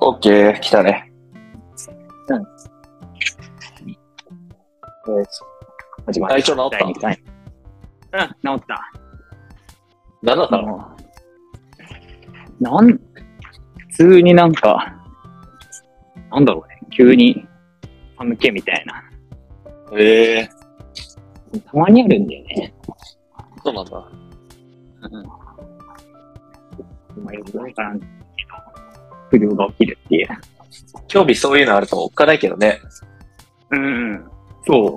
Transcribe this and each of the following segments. OK、来たね。よし始ま体調治っ。第2回。うん、 治った。なんだったたのもうなん、普通になんか、なんだろうね、急に寒気みたいな。ええたまにあるんだよね。そうなんだ。まあ、よくわからんけど、不良が起きるっていう。興味そういうのあるとおっかないけどね。うん、そう。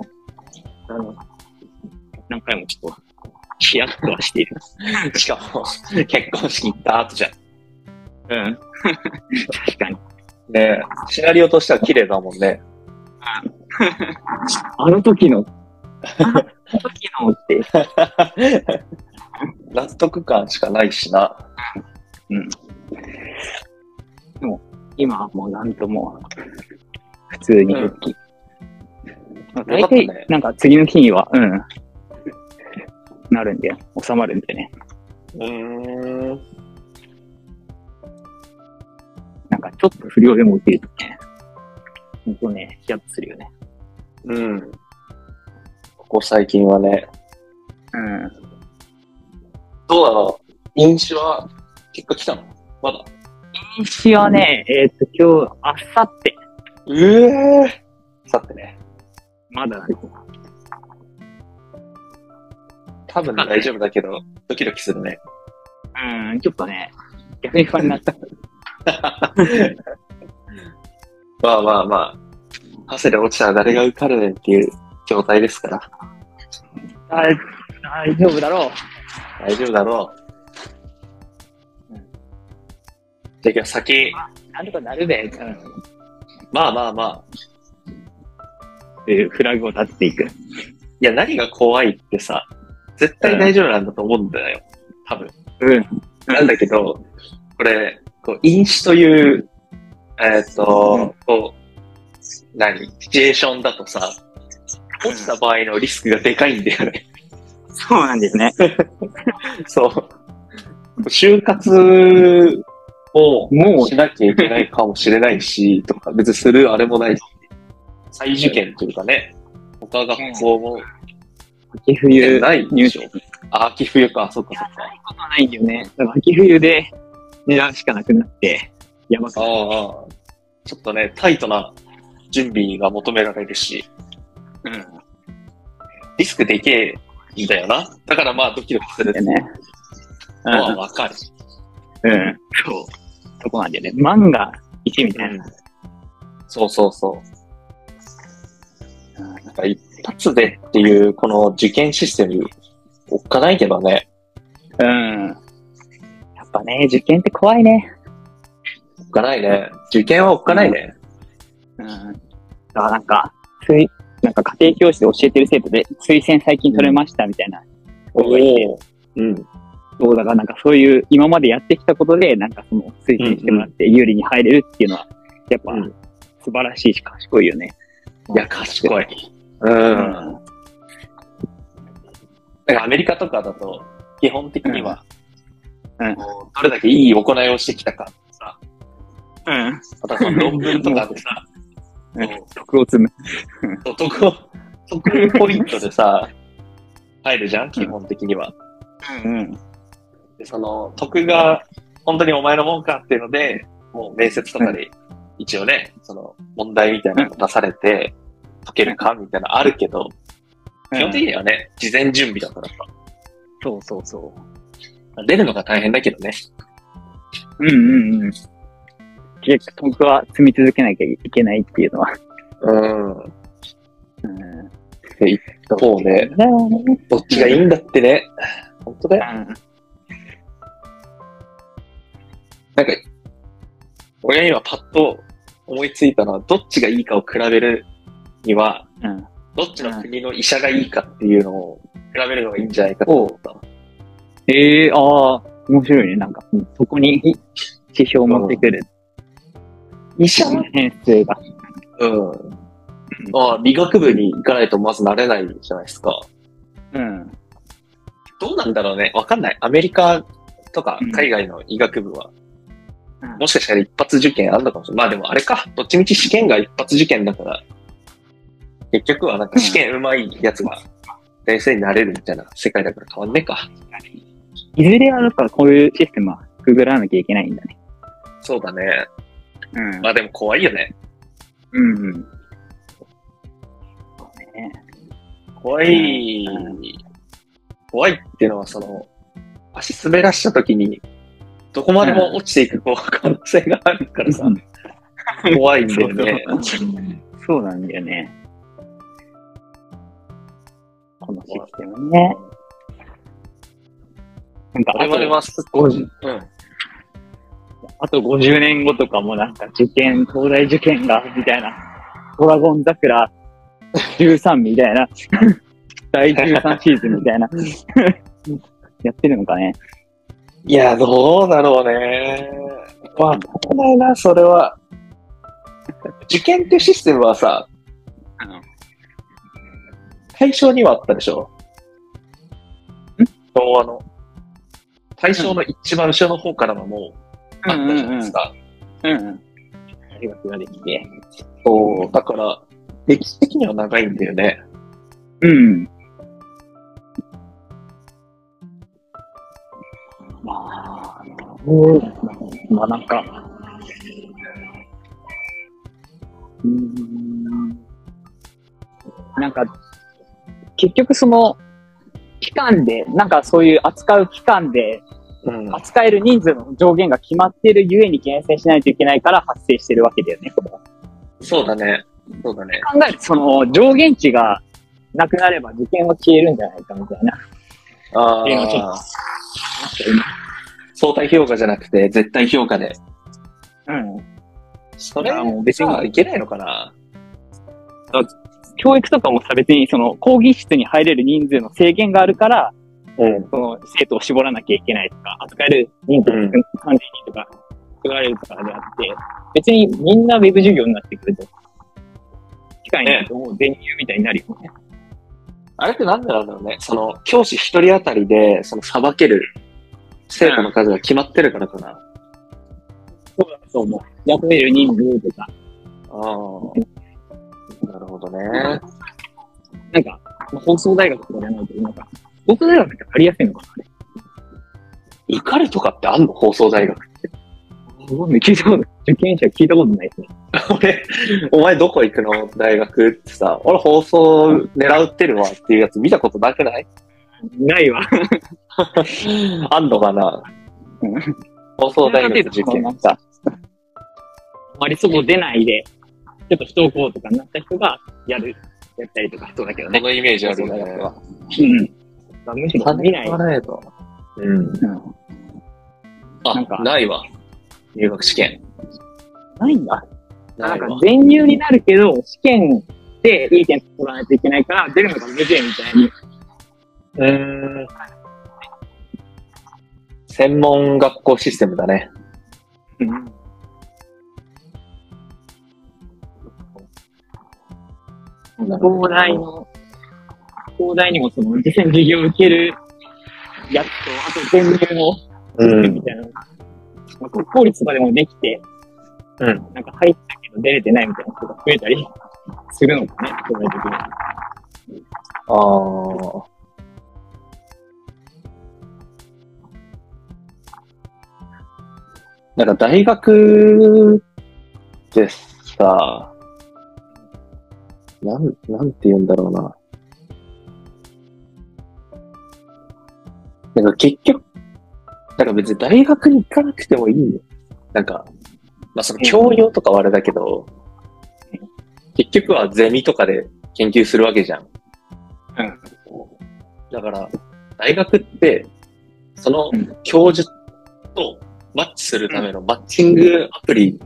あの、何回もちょっと、ヒヤッとはしている。 しかも、結婚式行った後じゃん。 うん。確かに。ねえ、シナリオとしては綺麗だもんね。あの時の、あの時 のって、納得感しかないしな。今はもうなんとも、普通に復帰。まあよ大体、かったねなんか次の日には、うん。なるんだよ。収まるんだよね。うーん。なんかちょっと不良でも受けるとね、ほんとね、ヒヤッとするよね。うん。ここ最近はね。うん。どうだろう飲酒は結果来たのまだ。禁止はね、えっ、と、今日、あさって、ええさてね。まだ、多分大丈夫だけど、ドキドキするね。うん、ちょっとね、逆に不安になった。まあまあまあ、汗で落ちたら誰が受かるねんっていう状態ですから、あ大丈夫だろう。大丈夫だろう。うんじゃあ今日先、なんとかなるべ、うん、っまあまあまあ、ていうフラグを立っていく。いや何が怖いってさ、絶対大丈夫なんだと思うんだよ。多分。うん。なんだけど、これ、こう、飲酒という、えっ、と、こう、何シチュエーションだとさ、落ちた場合のリスクがでかいんだよね。そうなんですね。そう。就活をもうしなきゃいけないかもしれないし、とか、別にするあれもないし、再受験というかね、他学校も秋冬ない入試。あ秋冬か、そっかそっなか。いことはないんだよね。だから秋冬で狙うしかなくなって、やばあかあっ、ちょっとね、タイトな準備が求められるし、た。うん。リスクでけえんだよな。だからまあ、ドキドキするでね。のはわかる。うん。うん。そう。そこなんだよね。万が一みたいな。そうそうそう。なんか一発でっていう、この受験システム、おっかないけどね。うん。やっぱね、受験って怖いね。おっかないね。受験はおっかないね。うん。だからなんか、推なんか家庭教師で教えてる生徒で、推薦最近取れましたみたいな。お。うん。そうだからなんかそういう今までやってきたことでなんかその推薦してもらって有利に入れるっていうのはやっぱうん素晴らしいし賢いよね。いや、賢い。う。うんなんかアメリカとかだと、基本的には、うんこうどれだけいい行いをしてきたか、さ、うん。またその論文とかでさ、うこん。徳を積む。うそう得を、得ポイントでさ、入るじゃん基本的には。うん。で、その、徳が本当にお前のもんかっていうので、もう面接とかで一応ね、その問題みたいなのが出されて、解けるかみたいなのあるけど、基本的にはね、事前準備だからさそうそうそう。出るのが大変だけどね。うんうんうん。結局徳は積み続けなきゃいけないっていうのは。うん。うん。そうね。だよね。どっちがいいんだってね。本当だよ。なんか、俺が今パッと思いついたのは、どっちがいいかを比べるには、うん。うん。どっちの国の医者がいいかっていうのを比べるのがいいんじゃないかと思った。ええああ、面白いね。なんか、うんそこに指標を持ってくる。医編成が。うん。まあ、理学部に行かないとまずなれないじゃないですか。うん。どうなんだろうね。わかんない。アメリカとかうん海外の医学部は、うんもしかしたら一発受験あるのかもしれない。まあでもあれか。どっちみち試験が一発受験だから、結局はなんか試験うまいやつが先生になれるみたいな世界だから変わんねえか。いずれはだからこういうシステムはくぐらなきゃいけないんだね。そうだね。うんまあでも怖いよね。うんうん。そうね。怖い。怖いっていうのはその、足滑らした時に、どこまでも落ちていくこう可能性がある からさ、怖いんだよね。そうなんだよね。このシステムね。なんかあ我々とはすっごい、うん。あと50年後とかもなんか受験、東大受験が、みたいな。ドラゴン桜13みたいな。 第13シーズンみたいな。 やってるのかね。いや、どうだろうね。わかんないな、それは。受験っていうシステムはさ、うん対象にはあったでしょん昭和の。対象の一番後ろの方からはもうあったじゃないですか。うんうん。大学ができて。そうだから、歴史的には長いんだよね。うん。まあ、まあなんか、うーん、なんか、結局その、期間で、なんかそういう扱う期間で、うん。扱える人数の上限が決まっているゆえに厳選しないといけないから発生してるわけだよね、これはそうだね。そうだね。考えると、その、上限値がなくなれば受験は消えるんじゃないかみたいな。あっていうのはちょっとあ、相対評価じゃなくて、絶対評価で。うん。それれははももうう別別ににいけないのかな教育とかもさ、別にその、講義室に入れる人数の制限があるから、うん。その、生徒を絞らなきゃいけないとか、扱える人数をうん30人とか、作られるとかであって、別にみんなウェブ授業になってくると、機会になるともう全入みたいになるよね。あれってなんでなんだろうね。その、教師一人当たりで、その、裁ける生徒の数が決まってるからかな。そうだと思う。雇える人数とか、ああ。なるほどね。なんか、まあ放送大学とかじゃないけど、なんか、放送大学ってありやすいのかなあれ。受かるとかってあんの放送大学。 ごめん聞いたことない受験者聞いたことないですね。俺、お前どこ行くの大学ってさ、俺放送狙ってるわっていうやつ見たことなくないないわ。 あんのかなうん放送大学受験。なんか、割とこう出ないで、ちょっと不登校とかになった人がやる、やったりとかそうだけどね。のイメージあるよねうん。まあむしろ見ない。ないと。うん。うんなんかあ、ないわ。入学試験。ないんだ。ななんいかわ。全入になるけど、試験でいい点取らないといけないから、出るのが無限みたいに。うーん専門学校システムだね。東大の、東大にもその、実際に授業を受けるやつと、あと全入のみ。たいなのが、まあ、国公立とかでもできて、うんなんか入ったけど出れてないみたいな人が増えたりするのかね、将来的に。ああ。なんか大学ってさ、なん、なんて言うんだろうな。なんか結局、なんか別に大学に行かなくてもいいよ。なんか、まあその教養とかはあれだけど、結局はゼミとかで研究するわけじゃん。うん。だから、大学って、そのうん教授とマッチするためのマッチングアプリ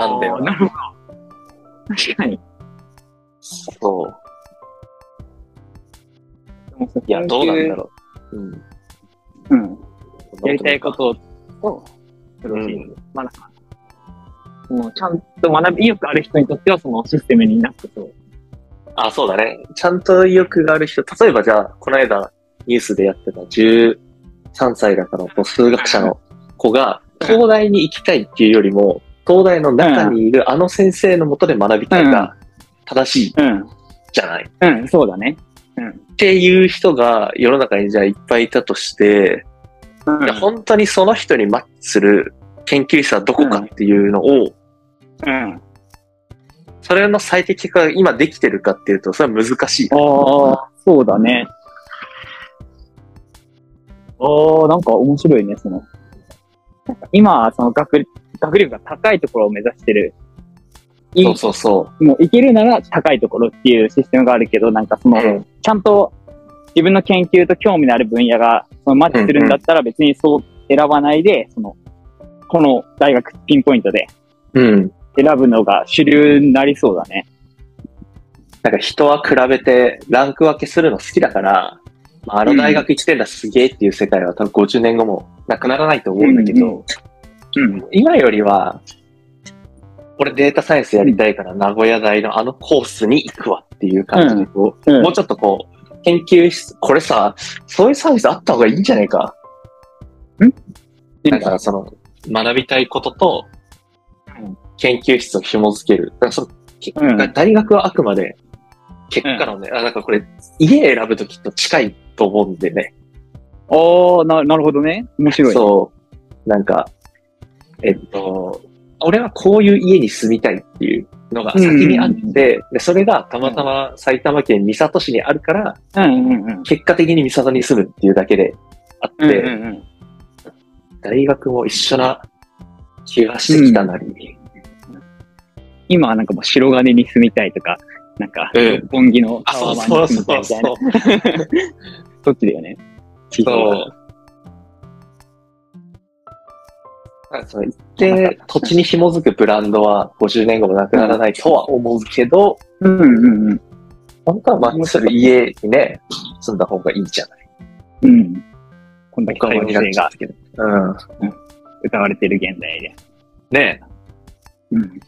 なんだよなな。るほど。確かに。そう。いや、どうなんだろう。うん。う。うん。やりたいことと、それをうんまあなんか、もうちゃんと学び意欲ある人にとってはそのシステムになってそう。あ、そうだね。ちゃんと意欲がある人、例えばじゃあ、この間ニュースでやってた13歳だからの数学者の子が、東大に行きたいっていうよりも、東大の中にいるあの先生のもとで学びたいが正しいうん。じゃない。うん、そうだね。っていう人が世の中にじゃあいっぱいいたとして、うんで本当にその人にマッチする研究室はどこかっていうのを、うん。それの最適化が今できてるかっていうと、それは難しい。ああ、そうだね。ああ、なんか面白いね、その。なんか今、その学、学力が高いところを目指してる。いいそうそうそ。もういけるなら高いところっていうシステムがあるけど、なんかそうの、うんちゃんと自分の研究と興味のある分野がそのマッチするんだったら別にそう選ばないで、その、この大学ピンポイントでうん。選ぶのが主流になりそうだね。なんか人は比べてランク分けするの好きだから、まあ、あの大学1点だしすげえっていう世界は多分50年後もなくならないと思うんだけど、うん。今よりは、俺データサイエンスやりたいから名古屋大のあのコースに行くわっていう感じでこう、うんもうちょっとこう、研究室、これさ、そういうサービスあった方がいいんじゃないか。だからその、学びたいこととうん、研究室を紐づける。だからそのうんだから大学はあくまで結果なので、あなんかこれ、家選ぶときと近いと思うんでね。ああ、ななるほどね。面白いね。そう。なんか、えっと、俺はこういう家に住みたいっていうのが先にあって、うんで、それがたまたま埼玉県三郷市にあるから、うんうんうん。結果的に三郷に住むっていうだけであって、うんうんうん大学も一緒な気がしてきたなり。今はなんかもう白金に住みたいとか、なんか、うん六本木のあ、タそワうマンそうに住そみたいうみたそいうな。。そっちだよね。そう。だからその一定土地に紐づくブランドは50年後もなくならないとは思うけど、うんうんうん。本当はマッチする家にね、住んだ方がいいじゃない。うん。こんだけ多様性がけど。うん。歌われてる現代で。ねうん。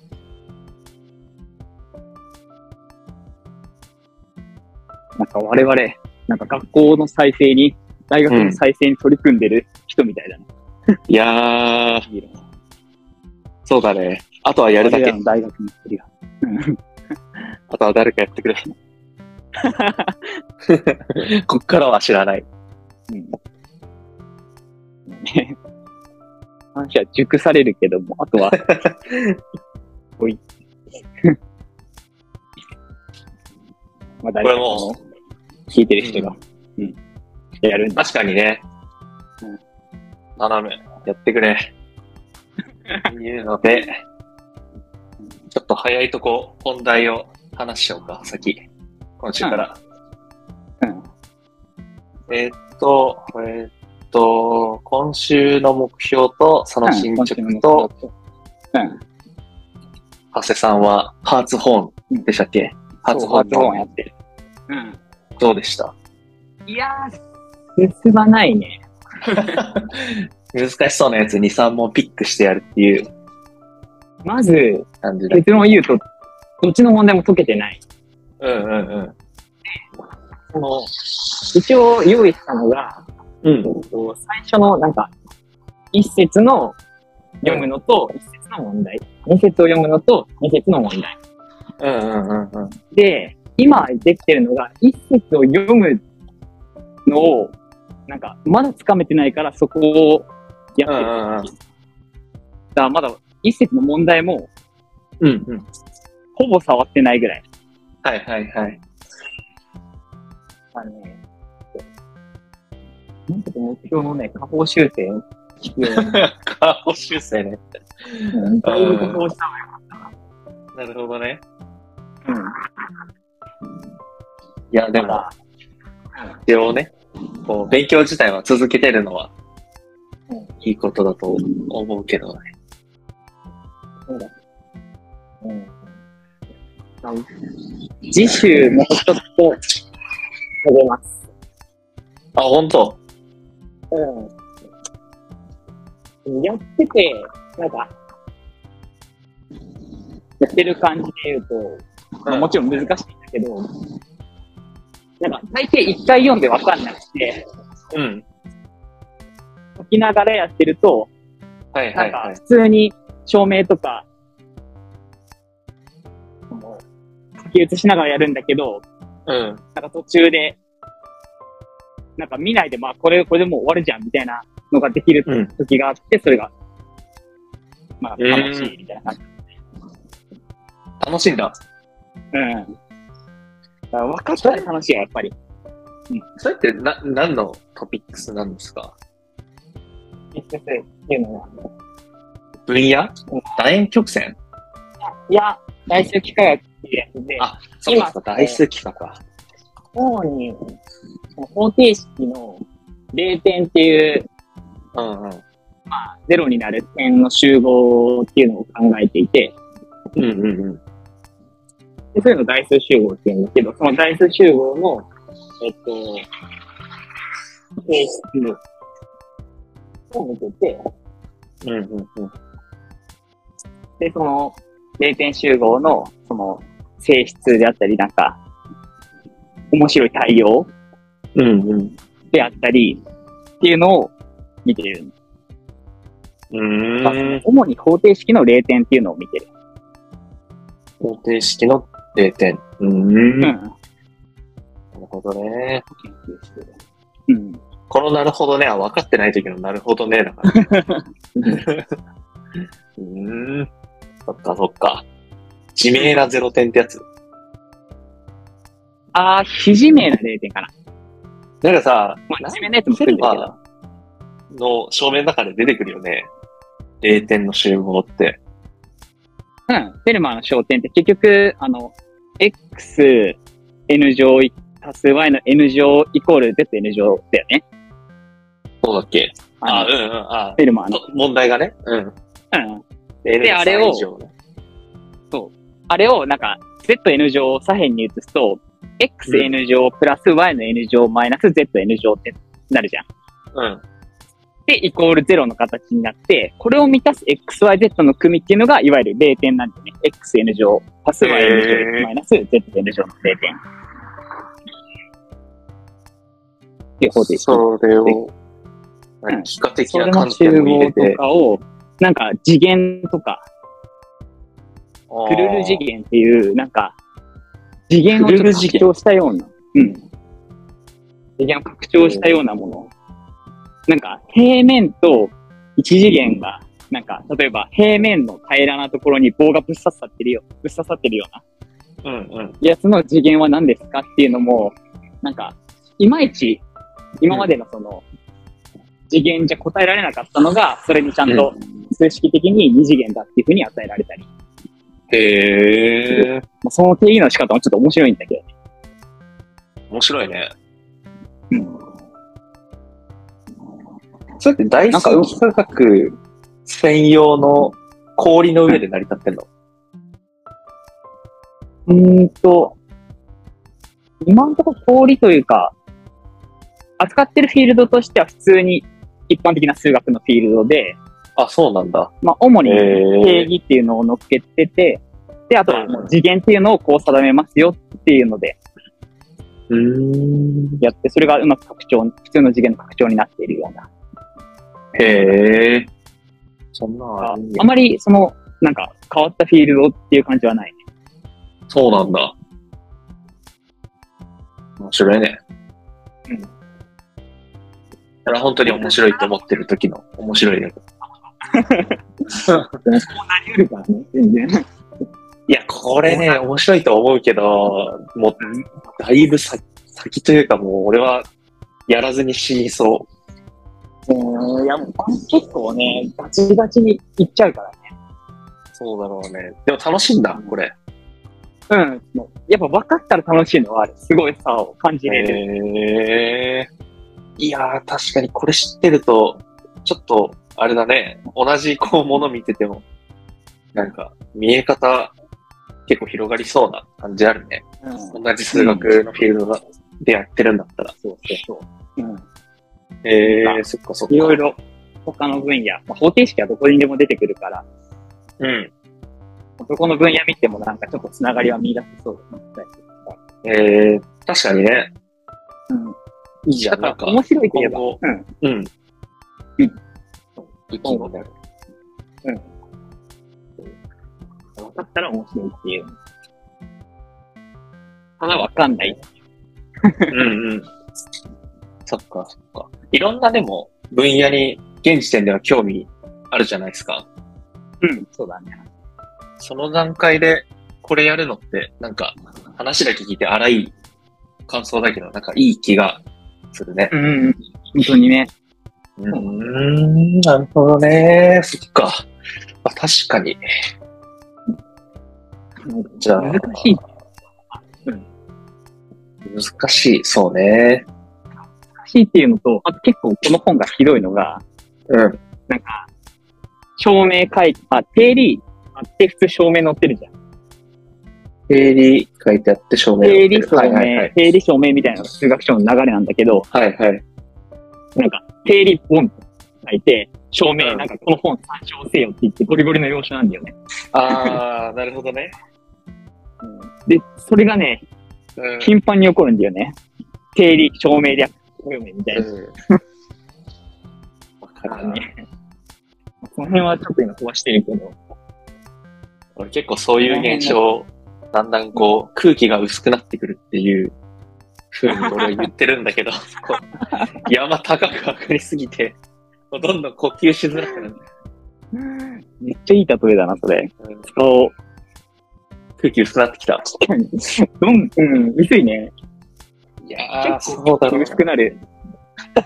なんか我々、なんか学校の再生に、大学の再生に取り組んでる人みたいだな、いやー、議論そうだね。あとはやるだ我けら。の大学の一人が。あとは誰かやってくれ。 こっからは知らない。うん。 ね話は熟されるけども、あと は、おい。 まあ、大これ学もの聞いてる人が、うん。やるんだ。確かにねうん。斜め、やってく れ。いうので、ちょっと早いとこ、本題を話しちゃおうか、先。今週から。うん。えーっと、えーっと、今週の目標と、その進捗と、、うん。長谷さんは、ハーツホーンでしたっけハーツホーンそうハーツホーンやのってる。うどうでしたん。いやー、進まないね。難しそうなやつ2、3問ピックしてやるっていうまず、感じだ。結論を言うと、どっちの問題も解けてない。うんうんうん。その、一応用意したのが、うん。えっと最初のなんか、一節の読むのと、一節の問題。二節を読むのと、二節の問題。うんうんうんうん。で、今できてるのが、一節を読むのを、なんか、まだ掴めてないから、そこをやうってる。だかんうんうん。らまだ、一節の問題も、うんうん。ほぼ触ってないぐらい。はいはいはい。あのね、なんか目標のね、下方修正を必要。顔修正ね。うんだいぶ下方したなるほどね。うん。いや、でだかも、ら一応ね、こう、勉強自体は続けてるのはうん、いいことだと思うけどね。そうだ。うん。次週もうちょっと、あげます。あ、本当うん。やってて、なんか、やってる感じで言うと、まあもちろん難しいんだけど、なんか、大抵一回読んでわかんなくて、うん。書きながらやってると、はいはなんいはかい。普通に照明とか、その書き写しながらやるんだけど、うん。なんか途中で、なんか見ないで、まあこれ、これでもう終わるじゃんみたいなのができるうん時があって、それが、まあうん楽しいみたいな感じ。楽しいんだ。うん。だから分かったら楽しいよ、やっぱり。それってな、何のトピックスなんですかっていうのは。分野楕円曲線いや、来週機会が来てるんで、あそうかそうか、台数企画か。主に、方程式の0点っていう、うんうん。ゼロになる点の集合っていうのを考えていて、うんうんうん。でそういうのを台数集合って言うんだけど、その台数集合の、えっと、性質を見てて、うんうんうん。で、その0点集合の、その性質であったり、なんか、面白い対応うんうん。であったり、っていうのを見てる。うまあーん。主に方程式の0点っていうのを見てる。方程式の0点。うーん。うなんるほどね。うん。このなるほどねは分かってない時のなるほどねだから。うーん。そっかそっか。地名な0点ってやつ。あー、ひじめな0点かな。なんかさ、まなあ、んひじめのやつもセ含ルんでるけど。バーの正面の中で出てくるよね。0点の集合って。うん。フェルマーの焦点って結局、あの、x, n 乗足す y の n 乗イコール zn 乗だよね。そうだっけあ、のうんうん。あフェルマーの。と問題がね。うん。うん。であれをね、あれをなんか、zn 乗を左辺に移すと、xn 乗プラス y の n 乗マイナス zn 乗ってなるじゃん。うん。で、イコール0の形になって、これを満たす xyz の組っていうのが、いわゆる0点なんだよね。xn 乗足す yn へー乗マイナス zn 乗の0点。っていう方程式。それを、うん幾何的それなの観集点も入合れとて。かを、なんか次元とか、クルル次元っていう、なんか、次元をちょっと拡張したような、うん。次元を拡張したようなもの。なんか、平面と一次元が、なんか、例えば平面の平らなところに棒がぶっ刺さってるよ、ぶっ刺さってるような元。うんうん。やつの次元は何ですかっていうのも、なんか、いまいち、今までのその、次元じゃ答えられなかったのが、それにちゃんと数式的に二次元だっていうふうに与えられたり。へえ、まあその定義の仕方もちょっと面白いんだけどね。面白いね。うんそれって大なん数か幾何学専用の氷の上で成り立ってんの、うーんと、今んとこ氷というか、扱ってるフィールドとしては普通に一般的な数学のフィールドで、あ、そうなんだ。まあ主にへー定義っていうのを乗っけてて、で、あとはもう次元っていうのをこう定めますよっていうのでうーん。やって、それがうまく拡張、普通の次元の拡張になっているような。へえ。そんなのあるんやあまりその、なんか変わったフィールドっていう感じはない。そうなんだ。面白いね。うんだから本当に面白いと思ってる時の面白いね。あり得るからね、全然。いや、これね、面白いと思うけど、もう、だいぶ先先というかもう、俺は、やらずに死にそ うんいや、もう結構ね、ガチガチにいっちゃうから。う。そうだろうね。でも楽しいんだ、これ。うん。やっぱ分かったら楽しいのはある。すごいさを感じれる。へえ。いやー、確かにこれ知ってると、ちょっと、あれだね、同じこう、もの見てても、なんか、見え方、結構広がりそうな感じあるね。うん。そう同じ数学のフィールドでやってるんだったら。そうそう。うん。へえ、そっかそっか。いろい。ろ他の分野、まあ、方程式はどこにでも出てくるから、うん。どこの分野見てもなんかちょっとつながりは見出せそうだなえー、確かにね。うん。いいじゃだん。かなんらか、面白いといえば、今後うん。うん。うん。武器になる。ったら面白いっていう。ただまだわわかんない。うんうん。そっか、そっか。いろんなでも、分野に、現時点では興味あるじゃないですか。うん、そうだね。その段階で、これやるのって、なんか、話だけ聞いて荒い感想だけど、なんかいい気がするね。うん、本当にね。うーん、なるほどね。そっか。あ確かに。じゃあ難しい、難しい。そうね。難しいっていうのと、あと結構この本がひどいのが、うん。照明書いて、あ、定理あって普通照明載ってるじゃん。定理書いてあって、証明を定理照明、はいはいはい。定理照明みたいなのが数学書の流れなんだけど、はいはい。なんか、定理ボンって書いて、照う明、んなんかこの本参照せよって言って、ゴリゴリの要所なんだよね。あー、なるほどね。で、それがね、うん頻繁に起こるんだよね。定理、照明、略、照明みたいな。うんわかるな。その辺はちょっと今壊してるけど。俺結構そういう現象、だんだんこう、空気が薄くなってくるっていう風に俺は言ってるんだ けど、こう山高く上がりすぎて、もうどんどん呼吸しづらくなる。めっちゃいい例えだな、それ。うんそう。空気薄くなってきた。どん、うん、薄いね。いやー、結そうだろうな薄くなる。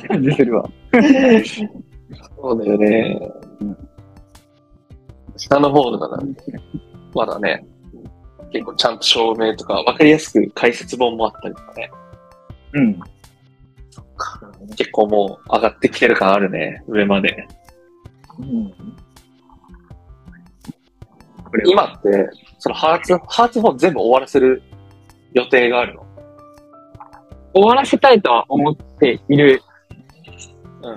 感じするわ。そうだよね。下の方だから、まだね、結構ちゃんと証明とか、わかりやすく解説本もあったりとかね。うん。結構もう上がってきてる感あるね、上まで。これは今って、そのハーツ、ハーツ本全部終わらせる予定があるの。終わらせたいとは思っている。うんう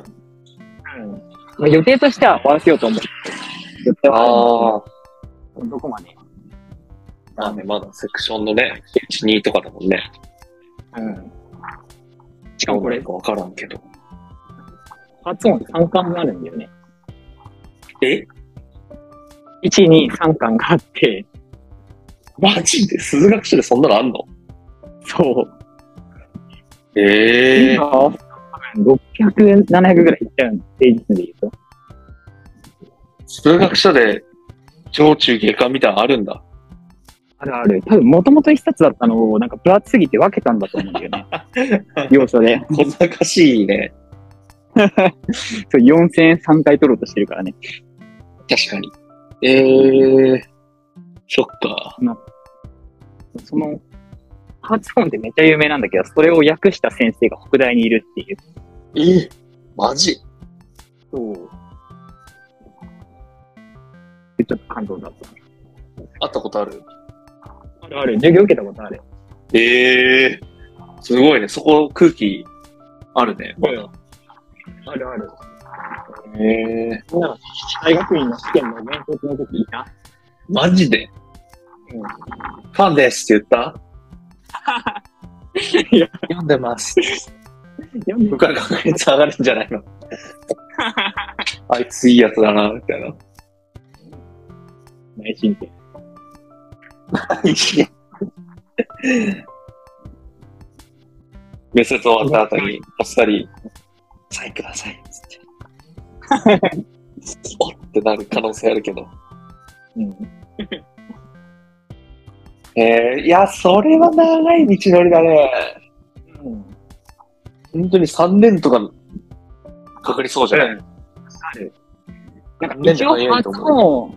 ん。まあ、予定としては終わらせようと思う。絶対ああ。あ。どこまでまあね、まだセクションのね、1、2とかだもんね。うん。しかもこれかわからんけど。発音3巻があるんだよね。え1、2、3巻があって、マジで数学書でそんなのあんのそう。ええ今多分600、700ぐらいいっちゃうんで、平日で言うと。数学書で上中下巻みたいなのあるんだ。あるある。多分、もともと一冊だったのを、なんか分厚すぎて分けたんだと思うんだよね。 要所で。こんなかしいね。そう、4000円3回取ろうとしてるからね。確かに。ええそっか。その、発音ってめっちゃ有名なんだけど、それを訳した先生が北大にいるっていう。ええマジそう。で、ちょっと感動だっ会ったことあるた。あるある。授業受けたことある。ええすごいね。そこ空気あるね。あるある。ええみんなの大学院の試験の面接の時いた。マジで、うんファンですって言ったいや 読んでます。読んで 僕から確率上がるんじゃないのあいついいやつだな、みたいな。内心って。面接終わった後に、おっさり、サインください、つって。 おってなる可能性あるけど。うん。えー、いや、それは長い道のりだね。本当に3年とかかかりそうじゃない、なんか一応発音を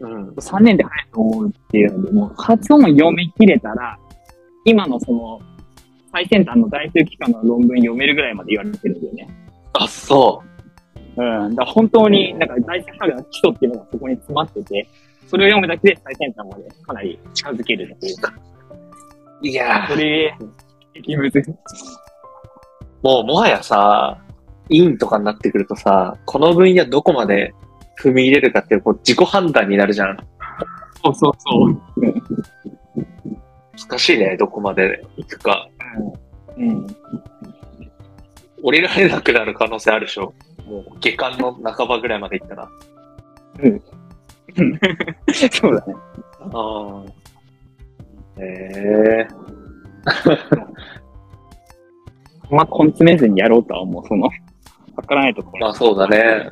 うん。 3年で入ると思うっていうので、もう発音を読み切れたら、今のその最先端の大数機関の論文読めるぐらいまで言われてるんだよね。あ、そうん。だから本当になんか大数機関の基礎っていうのがそこに詰まってて、それを読むだけで最先端までかなり近づけるっていうか、う。いやそれ、激ムズ。もうもはやさ、インとかになってくるとさ、この分野どこまで踏み入れるかっていうこう自己判断になるじゃん。そうそうそう。難しいね、どこまで行くか。うん。降りられなくなる可能性あるでしょ。もう下巻の半ばぐらいまで行ったら。そうだね。ああ。ええまあ、根詰めずにやろうとは思う、その、わからないところ。まあそうだね。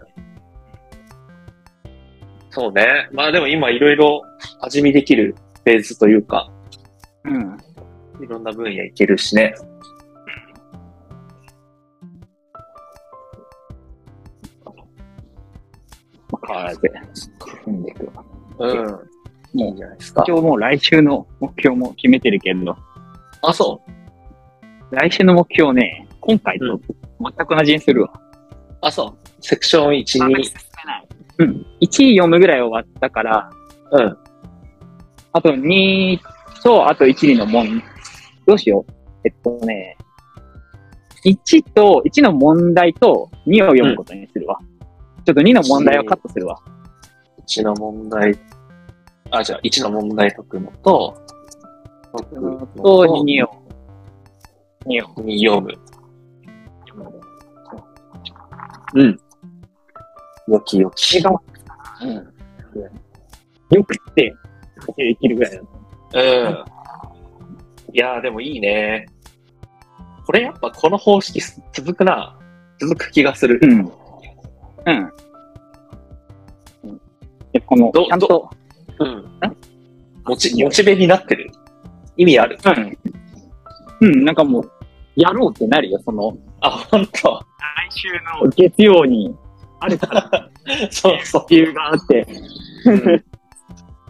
そうね。まあでも今いろいろ味見できるフェーズというか、うん。いろんな分野いけるしね。まあ、変わらず、進んでいくわ。うん。もういいんじゃないですか。今日もう来週の目標も決めてるけど、あ、そう。来週の目標ね、今回と全く同じにするわ。あ、そう。セクション1、あんまり2進。めない。うん。1位読むぐらい終わったから、うん。あと2と、あと1の問、どうしよう。えっとね、1と、1の問題と2を読むことにするわ。ちょっと2の問題をカットするわ。 1の問題、あ、じゃあ1の問題解くのと、解くのと、2を。2を。に読む。うん。よきよき。よくって、できるぐらいうん。だいやーでもいいね。これやっぱこの方式す続くな。続く気がする。うん。うん。で、この、どちゃんと、うん。モチ、モチベになってる。意味ある。うん。うん、なんかもう、やろうってなるよ、その、あ、ほんと。来週の月曜にあるからっそうそう。ていうがあって。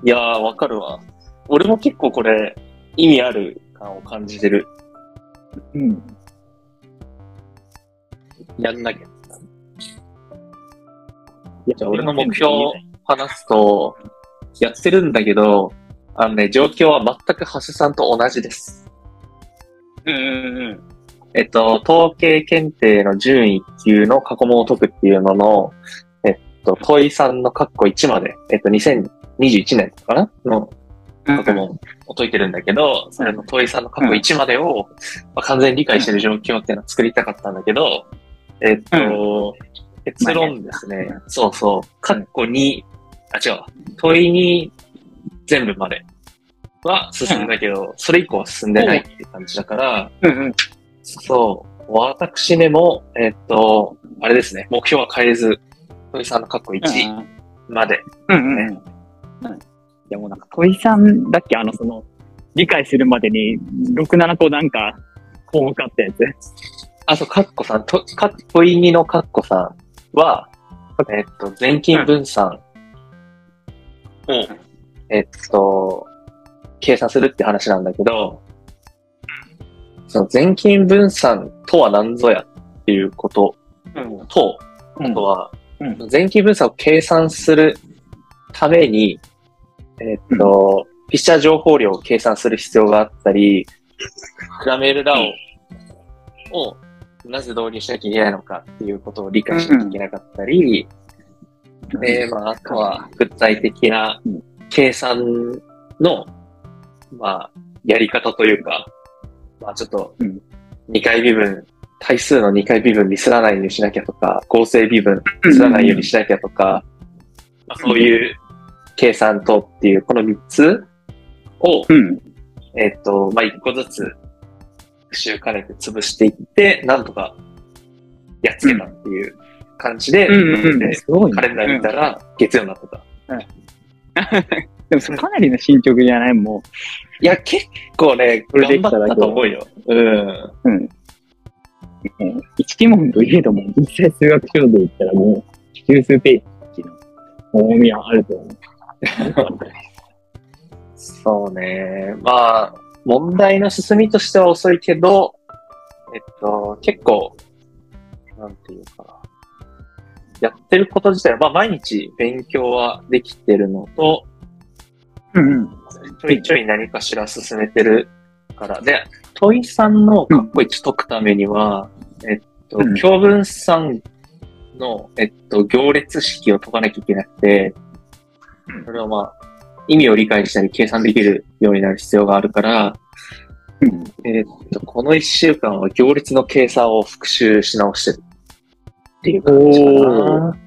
いやーわかるわ。俺も結構これ、意味ある感を感じてる。うん。やんなきゃ。いやじゃあ俺の目標話すと、やってるんだけど、あのね、状況は全く橋さんと同じです。うんうんうん。えっと、統計検定の準一級の過去問を解くっていうのの、えっと、問い3の括弧1まで、えっと、2021年かなの過去問を解いてるんだけど、それの問い3の過去1までを、まあ、完全に理解してる状況っていうのを作りたかったんだけど、えっと、結論ですね。そうそう。括弧2、あ、違うわ。問いに全部までは進んだけど、それ以降は進んでないっていう感じだから、うんうん。そう。私でも、えっと、あれですね、目標は変えず、問いさんの過去1まで。うんうん。いやもうなんか、問いさんだっけあの、その、理解するまでに、6、7個なんか、項目あったやつ。あ、そう、カッコさん、と、か問い2のカッコさんは、えっと、全金分散を、えっと、計算するって話なんだけど、その全金分散とは何ぞやっていうことうん。と、うあんと。はう、前期分散を計算するために、えーっと、フィッシャー情報量を計算する必要があったり、グラメールラオをなぜ導入しなきゃいけないのかっていうことを理解しなきゃいけなかったり、で、まあ、あとは具体的なうん計算の、まあ、やり方というか、まあ、ちょっとうん、 2回微分、対数の2回微分ミスらないようにしなきゃとか、合成微分ミスらないようにしなきゃとか、まあ、そういう計算とっていう、この3つを、うん。えっと、まあ、1個ずつ復習兼ねて潰していって、なんとかやっつけたっていう感じで、うんうん。ですごいねカレンダー見たら月曜になってた。でもそれかなりの進捗じゃないもいや、結構ね、これで頑き張ただけったと思うよ。うん。う。うん。うん一疑問といえども、実際数学書で言ったらもう、十数ページの重みはあると思う。そうね。まあ、問題の進みとしては遅いけど、えっと、結構、なんていうかな。やってること自体は、まあ、毎日勉強はできてるのと、うんうん。ちょいちょい何かしら進めてるから。で、問いさんのかっこ1解くためには、えっとうん、教文さんの、えっと、行列式を解かなきゃいけなくてうん、それはまあ、意味を理解したり計算できるようになる必要があるから、うん。えっと、この1週間は行列の計算を復習し直してるっていう感じかおな。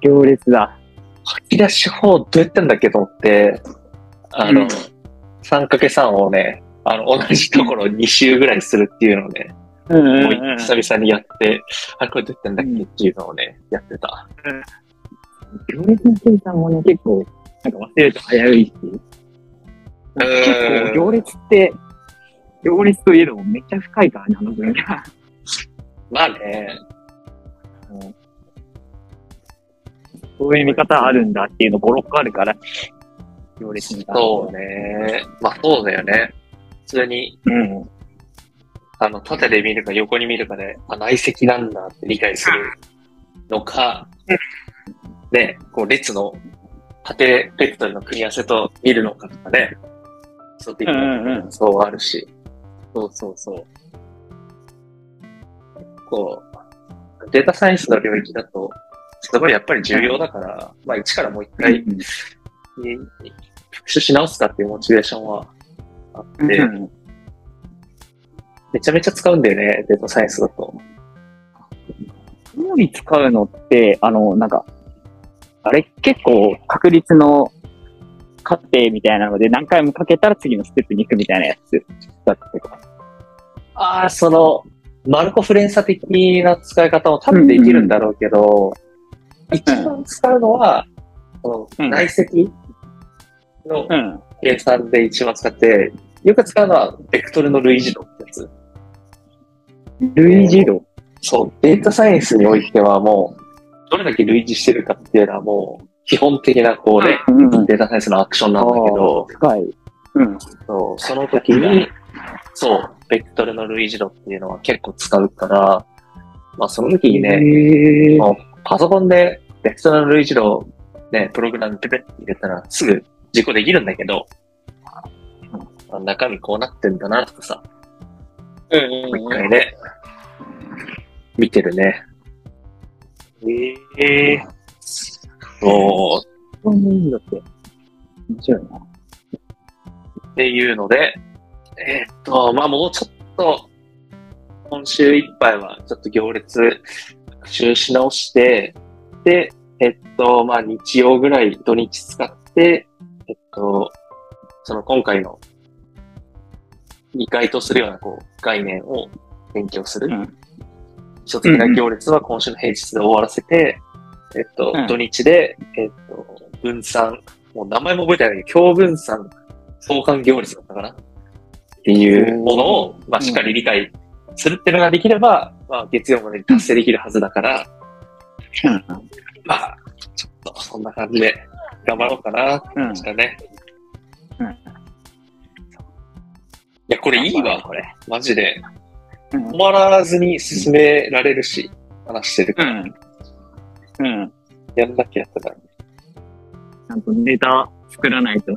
行列だ。書き出し法どうやってんだっけと思って、あの、うん 3×3 をね、あの、同じところを2周ぐらいするっていうのをね、うんうんもううん。久々にやって、あ、これどうやったんだっうけんっていうのをね、やってた。行列の計算もね、結構、なんか忘れると早いし。結構、行列って、行列といえどもめっちゃ深いからね、あの分野。まあね、そういう見方あるんだっていうの5、6個あるから、行列に関してそはうね。まあそうだよね。普通に、うん。あの、縦で見るか横に見るかで、あ、内積なんだって理解するのか、ね、こう列の縦ベクトルの組み合わせと見るのかとかね、そうできうんうんうそうあるし、そうそうそう。こう、データサイエンスの領域だと、すごいやっぱり重要だから、まあ一からもう一回、復習し直すかっていうモチベーションはあって、うんめちゃめちゃ使うんだよね、データサイエンスだと。脳に使うのって、あの、なんか、あれ結構確率の過程みたいなので何回もかけたら次のステップに行くみたいなやつだったとか。ああ、その、マルコ・フレンサ的な使い方も多分できるんだろうけど、一番使うのは、こうのん内積のうん。計算で一番使って、よく使うのは、ベクトルの類似度ってやつ。類似度。そう、データサイエンスにおいてはもう、どれだけ類似してるかっていうのはもう、基本的なこうね、うんデータサイエンスのアクションなんだけど、深い。うん。そう、その時に、そう、ベクトルの類似度っていうのは結構使うから、まあその時にね、ねもうパソコンでベクトルの類似度をね、プログラムペペって入れたらすぐ実行できるんだけど、まあ中身こうなってんだなとかさ、もう一回ね、見てるね。ええそう、そういうのって、面白いな。っていうので、えーっと、まあもうちょっと、今週いっぱいはちょっと行列復習し直して、で、えっと、まあ日曜ぐらい土日使って、えっと、その今回のに該当するようなこう概念を勉強する。うん基礎的な行列は今週の平日で終わらせて、えっと、うん土日で、えっと、分散、もう名前も覚えてないけど、強分散相関行列だったかなっていうものを、まあ、しっかり理解するっていうのができれば、まあ、月曜までに達成できるはずだから、まあ、ちょっとそんな感じで頑張ろうかな、うん。したね。うんいや、これいいわ、これ。マジで。うん止まらずに進められるし、話してるうから、ん。うん。やんなきゃやったから。ちゃんとネタ作らないと。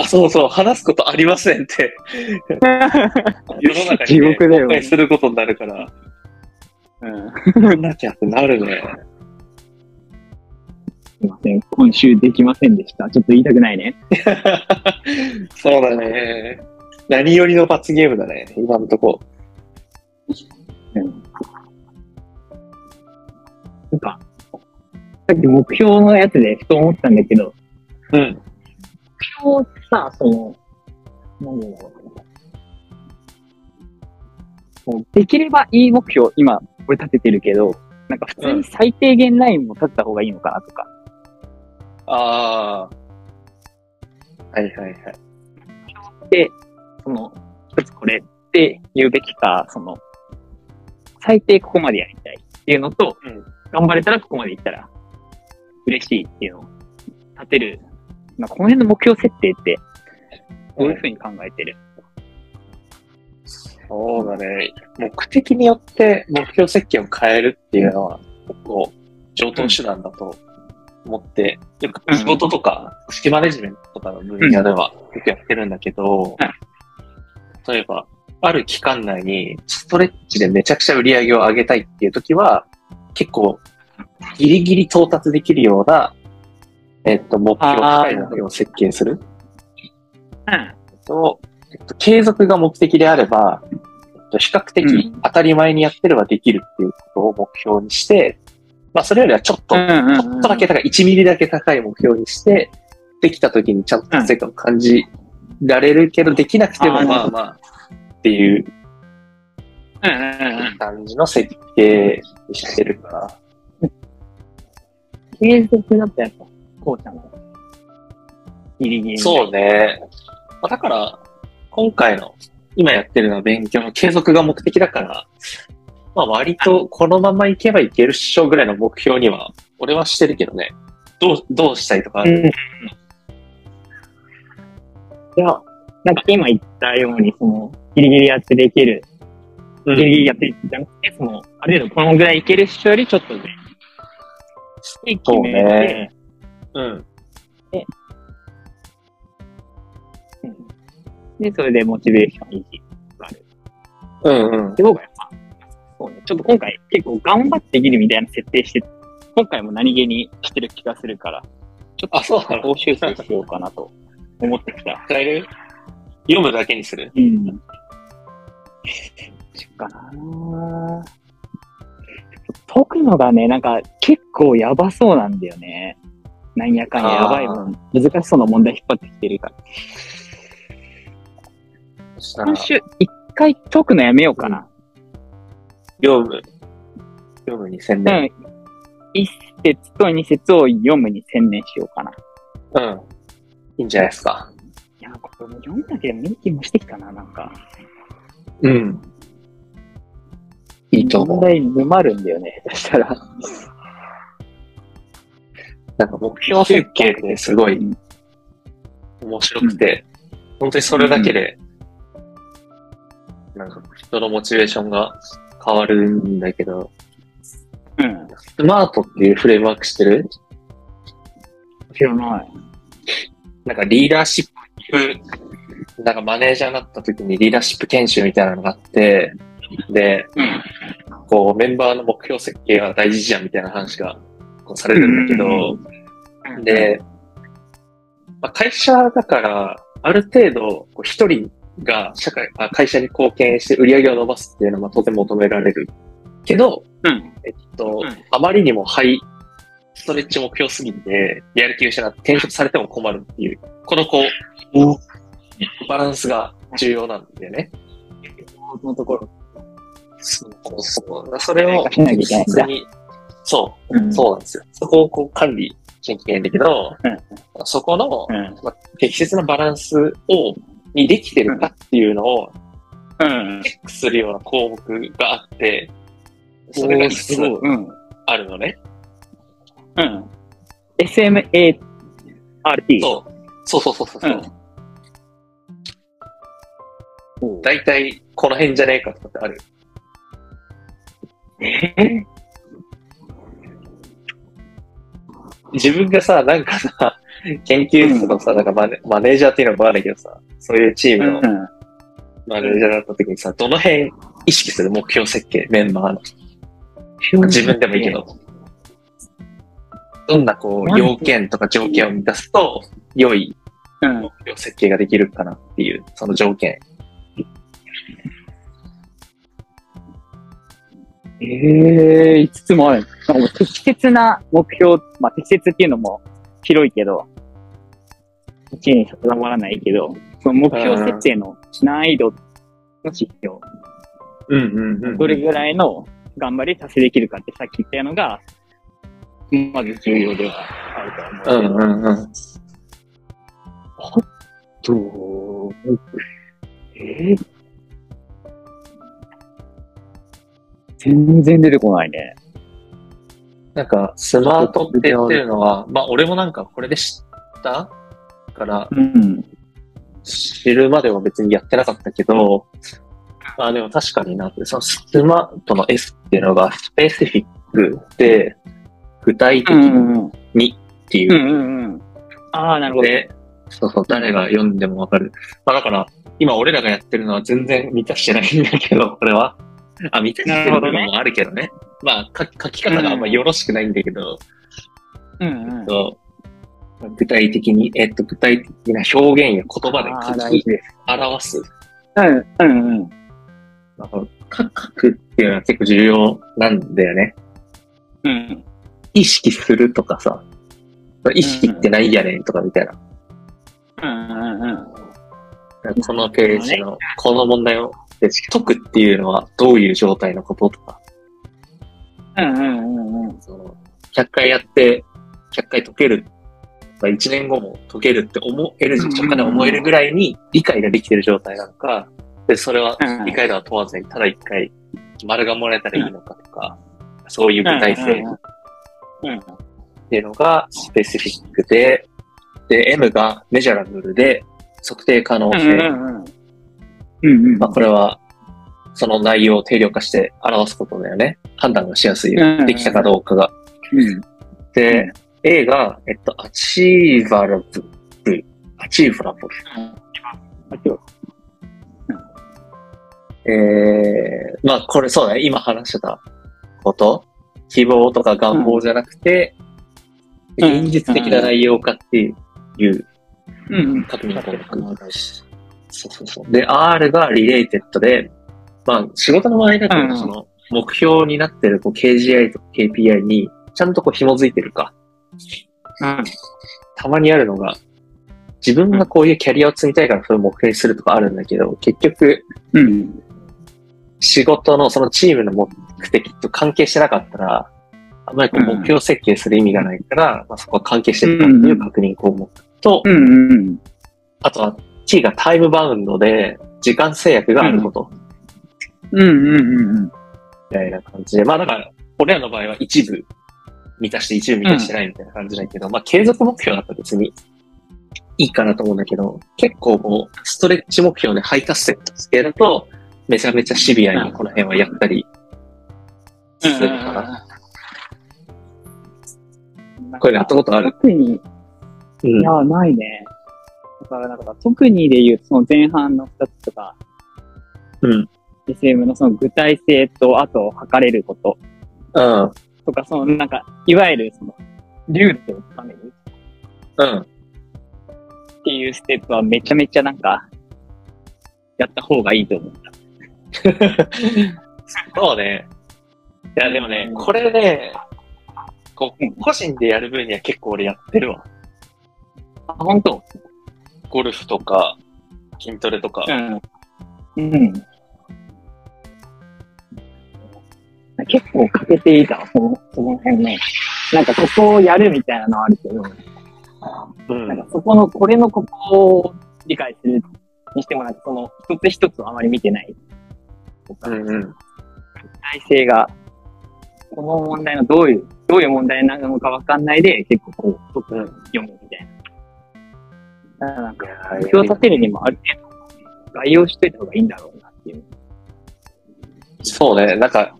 あ、そうそう、話すことありません って、世の中地に、ね、獄だよ公 開することになるから、うん。やんなきゃってなるね。すいません。今週できませんでした。ちょっと言いたくないね。 そうだね。何よりの罰ゲームだね、今のとこ。うん。なんか、さっき目標のやつでふと思ったんだけど、うん。目標ってさ、その、なんだろう。もうできればいい目標、今、俺立ててるけど、なんか普通に最低限ラインも立てた方がいいのかなとか、ああ。はいはいはい。その、一つこれって言うべきか、その、最低ここまでやりたいっていうのと、うん頑張れたらここまでいったら嬉しいっていうのを立てる。まあ、この辺の目標設定って、どういうふうに考えてる、そうだね。目的によって目標設計を変えるっていうのは、結構、上等手段だと思って、よく仕事とか、組織マネジメントとかの分野では、よくやってるんだけど、例えば、ある期間内に、ストレッチでめちゃくちゃ売り上げを上げたいっていう時は、結構、ギリギリ到達できるような、えっと、目標、あー高い目標を設計する。うん、と、えっと、継続が目的であれば、えっと、比較的当たり前にやってればできるっていうことを目標にして、まあ、それよりはちょっと、ちんょっとだけ、だから1ミリだけ高い目標にして、できた時にちゃんと達成感を感じられるけど、できなくてもあーまあまあっていううんうんうん。感じの設計にしてるから。継続だったやっぱ、こうちゃんが。ギリギリ。そうね。まあだから、今回の今やってるのは勉強の継続が目的だから、まあ割とこのままいけばいけるっしょぐらいの目標には、俺はしてるけどね。どう、どうしたいとかあうる、ん。いや、なんか今言ったように、その、ギリギリやってできる、うギリギリやってじゃなくて、その、ある程度このぐらいいける人よりちょっと上。して決そうめて、ねうん。うんで、それでモチベーション維持がある。うんうん。で、僕はやっぱ、そうね、ちょっと今回結構頑張ってギリみたいな設定して、今回も何気にしてる気がするから、ちょっとあそうなのこ修正しようかなと思ってきた。変える読むだけにするうん。しっかな解くのがね、なんか結構やばそうなんだよね。なんやかんややばいもん。難しそうな問題引っ張ってきてるから。今週、一回解くのやめようかな。読む。読むに専う念。ん。一節と二節を読むに専念しようかな。いうん。いいんじゃないですか。や、これも読んだけど、ミーティンもしてきたな、なんか。うん。いいと思問う。題沼るんだよね、そしたら。なんか目標設計ってすごい面白くて、本当にそれだけで、なんか人のモチベーションが変わるんだけど、うん。スマートっていうフレームワークしてる知らない。なんかリーダーシップ、なんかマネージャーになった時にリーダーシップ研修みたいなのがあって、で、うん。こう、メンバーの目標設計は大事じゃんみたいな話がこうされるんだけど、で、まあ、会社だから、ある程度、こう一人が社会あ、会社に貢献して売り上げを伸ばすっていうのはとても求められるけど、うん。えっと、うんあまりにもハイストレッチ目標すぎて、やる気を失って転職されても困るっていう、このこう、バランスが重要なんだよね。そのところ。そうそう。それを、しなきゃいけな普いんだ通にそうう、んそうなんですよ。そこをこう管理しなきゃいけないんだけど、そこのうん。適切なバランスを、にできてるかっていうのをうん。チェックするような項目があって、それがいくつもうん。あるのね。うん。SMART。そう。そうそうそうそうそう。うん大体、この辺じゃねえかとかってある。え自分がさ、なんかさ、研究室のさ、なんかマネマネージャーっていうのもあるけどさ、そういうチームのうん。マネージャーだった時にさ、どの辺意識する目標設計、メンバーの。自分でもいいけど。どんなこう、要件とか条件を満たすと、良いうん。目標設計ができるかなっていう、その条件。ええ、5つもある。なんかもう適切な目標、まあ適切っていうのも広いけど、一に定まらないけど、その目標設定の難易度の指標、うんうんうんどれぐらいの頑張り達成できるかってさっき言ったようのが、まず重要ではあるとは思ううけど。んうんうん。と、えー全然出てこないね。なんか、スマートって言ってるのは、まあ俺もなんかこれで知ったから、うん。知るまでは別にやってなかったけど、まあでも確かになって、そのスマートの S っていうのがスペシフィックで、具体的うんうんうん。にっていううんうんうん。ああ、なるほど。で、そうそう、誰が読んでもわかる。まあだから、今俺らがやってるのは全然満たしてないんだけど、こ れは。あ、満たしてるのもあるけどね。まあ書き、書き方があんまよろしくないんだけど、うんうん。そう具体的に、えっと、具体的な表現や言葉あーで書大き事です。表す。うんうんうだん。から書書くっていうのは結構重要なんだよね。うん。意識するとかさ、意識ってないやねんとかみたいなうんうんうん。このページの、この問題を解くっていうのはどういう状態のこととか、うんうんうんうん。その100回やって、100回解ける、まあ、1年後も解けるって思える、うん直感で思えるぐらいに理解ができてる状態なのか、で、それはうん理解度は問わずに、ただ一回丸がもらえたらいいのかとか、そういう具体性うん。っていうのがスペシフィックで、で、M がメジャラブルで測定可能う性。んうんうん。うん。まあ、これは、その内容を定量化して表すことだよね。判断がしやすい。うんできたかどうかが。うん。で、A が、えっと、アチーバラブル。アチーバラブあと、ル。えー、まあ、これそうだね。今話してたこと。希望とか願望じゃなくて、うん現実的な内容化っていううんうん。確認項目。そうそうそう。で、R がリレーテッドで、まあ、仕事の場合だうんうと、んその、目標になってる、こう、KGI とか KPI に、ちゃんとこう、紐づいてるか。たまにあるのが、自分がこういうキャリアを積みたいから、それを目標にするとかあるんだけど、結局、うん。仕事のそのチームの目的と関係してなかったら、あんまりこう、うん目標設計する意味がないから、まあ、そこは関係してるかっていう確認項目と、うんうん。あとは T がタイムバウンドで、時間制約があることうんうんうん。みたいな感じで、まあだから、俺らの場合は一部満たして一部満たしてないみたいな感じだけど、まあ継続目標だったら別にいいかなと思うんだけど、結構こう、ストレッチ目標でハイ達成系だと、めちゃめちゃシビアにこの辺はやったりするかな。なこれやったことある特に、うんいや、ないね。だから、なんか、特にで言う、その前半の二つとか、うん。 SM のその具体性と、あと、測れることうん。とか、その、なんか、いわゆる、その、流度をつかめるっうん。ていうステップは、めちゃめちゃなんか、やった方がいいと思う。そうね。いやでもねう、んこれね、こうんう、個人でやる分には結構俺やってるわ。あ、本当ゴルフとか、筋トレとか。うん。うん。結構欠けていたわ、その、その辺ね。なんかここをやるみたいなのはあるけど、うんなんかそこの、これのここを理解するにしても、なんかその一つ一つをあまり見てない。うんうん。体制が、この問題のどういう、どういう問題なのかわかんないで、結構こう、うん読むみたいな。だからなんか、い目標を立てるにもある程度、概要しといた方がいいんだろうなっていう。そうね、なんか、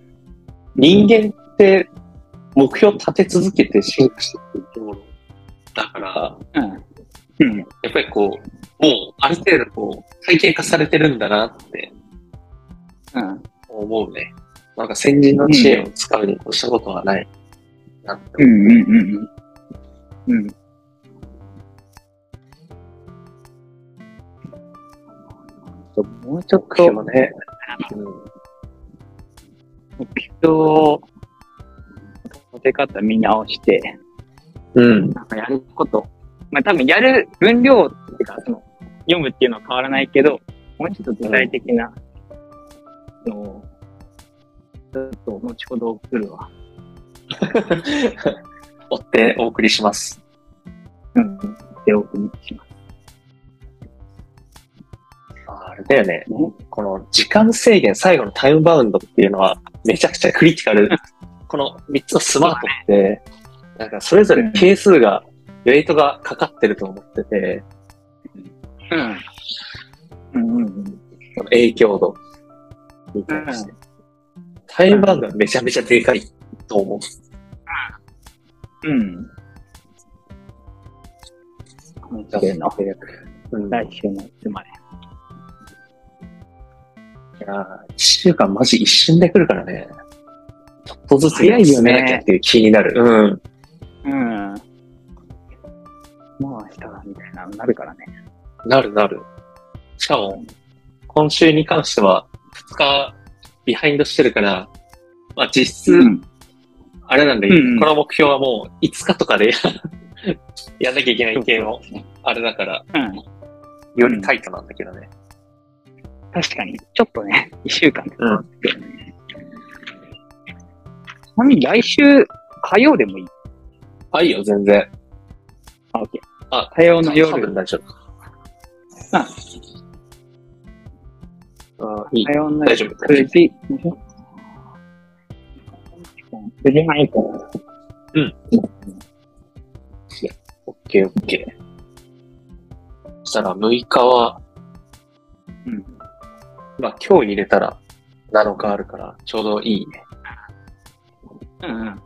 人間って目標立て続けて進化していく生き物だから、うん。うん。やっぱりこう、もうある程度こう、体系化されてるんだなってうん。思うね。なんか先人の知恵を使うに越したことはない。なってう思んうんうんうん。うん。もうちょっうと目標ね。目標を立て方見直して、うん。なんかやること。まあ多分やる分量っていうか、その読むっていうのは変わらないけど、もうちょっと具体的なのを、ちょっと後ほど送るわ。追ってお送りします。うん。で、お送りします。あれだよね。この時間制限、最後のタイムバウンドっていうのは、めちゃくちゃクリティカル。この3つのスマートって、なんかそれぞれ係数が、ウェイトがかかってると思ってて、うんうんうん。その影響度に対して。タイムバウンドはめちゃめちゃでかいと思う。うん。今週の、うん、いや来週のいつまで。ー一週間マジ一瞬で来るからね。ちょっとずつ進めなきゃっていう気になる。うん。うん。もう明日だみたいなのになるからね。なるなる。しかも、今週に関しては、2日ビハインドしてるから、まあ実質、ん。あれなんで、うんう んこの目標はもう5日とかでやんなきゃいけない系をあれだから、うん。よりタイトなんだけどね。確かに。ちょっとね、一週間でうん変わって。ちなみに来週、火曜でもいい。あ、いいよ、全然。あ、オッケー。あ、火曜の多分夜。大丈あ夫。うん、いい火。曜の大夜。丈夫。 9時。9時半以降。オッケーオッケー。そしたら6日は、うん。まあ今日入れたら7日あるから、ちょうどいいね。うんうん。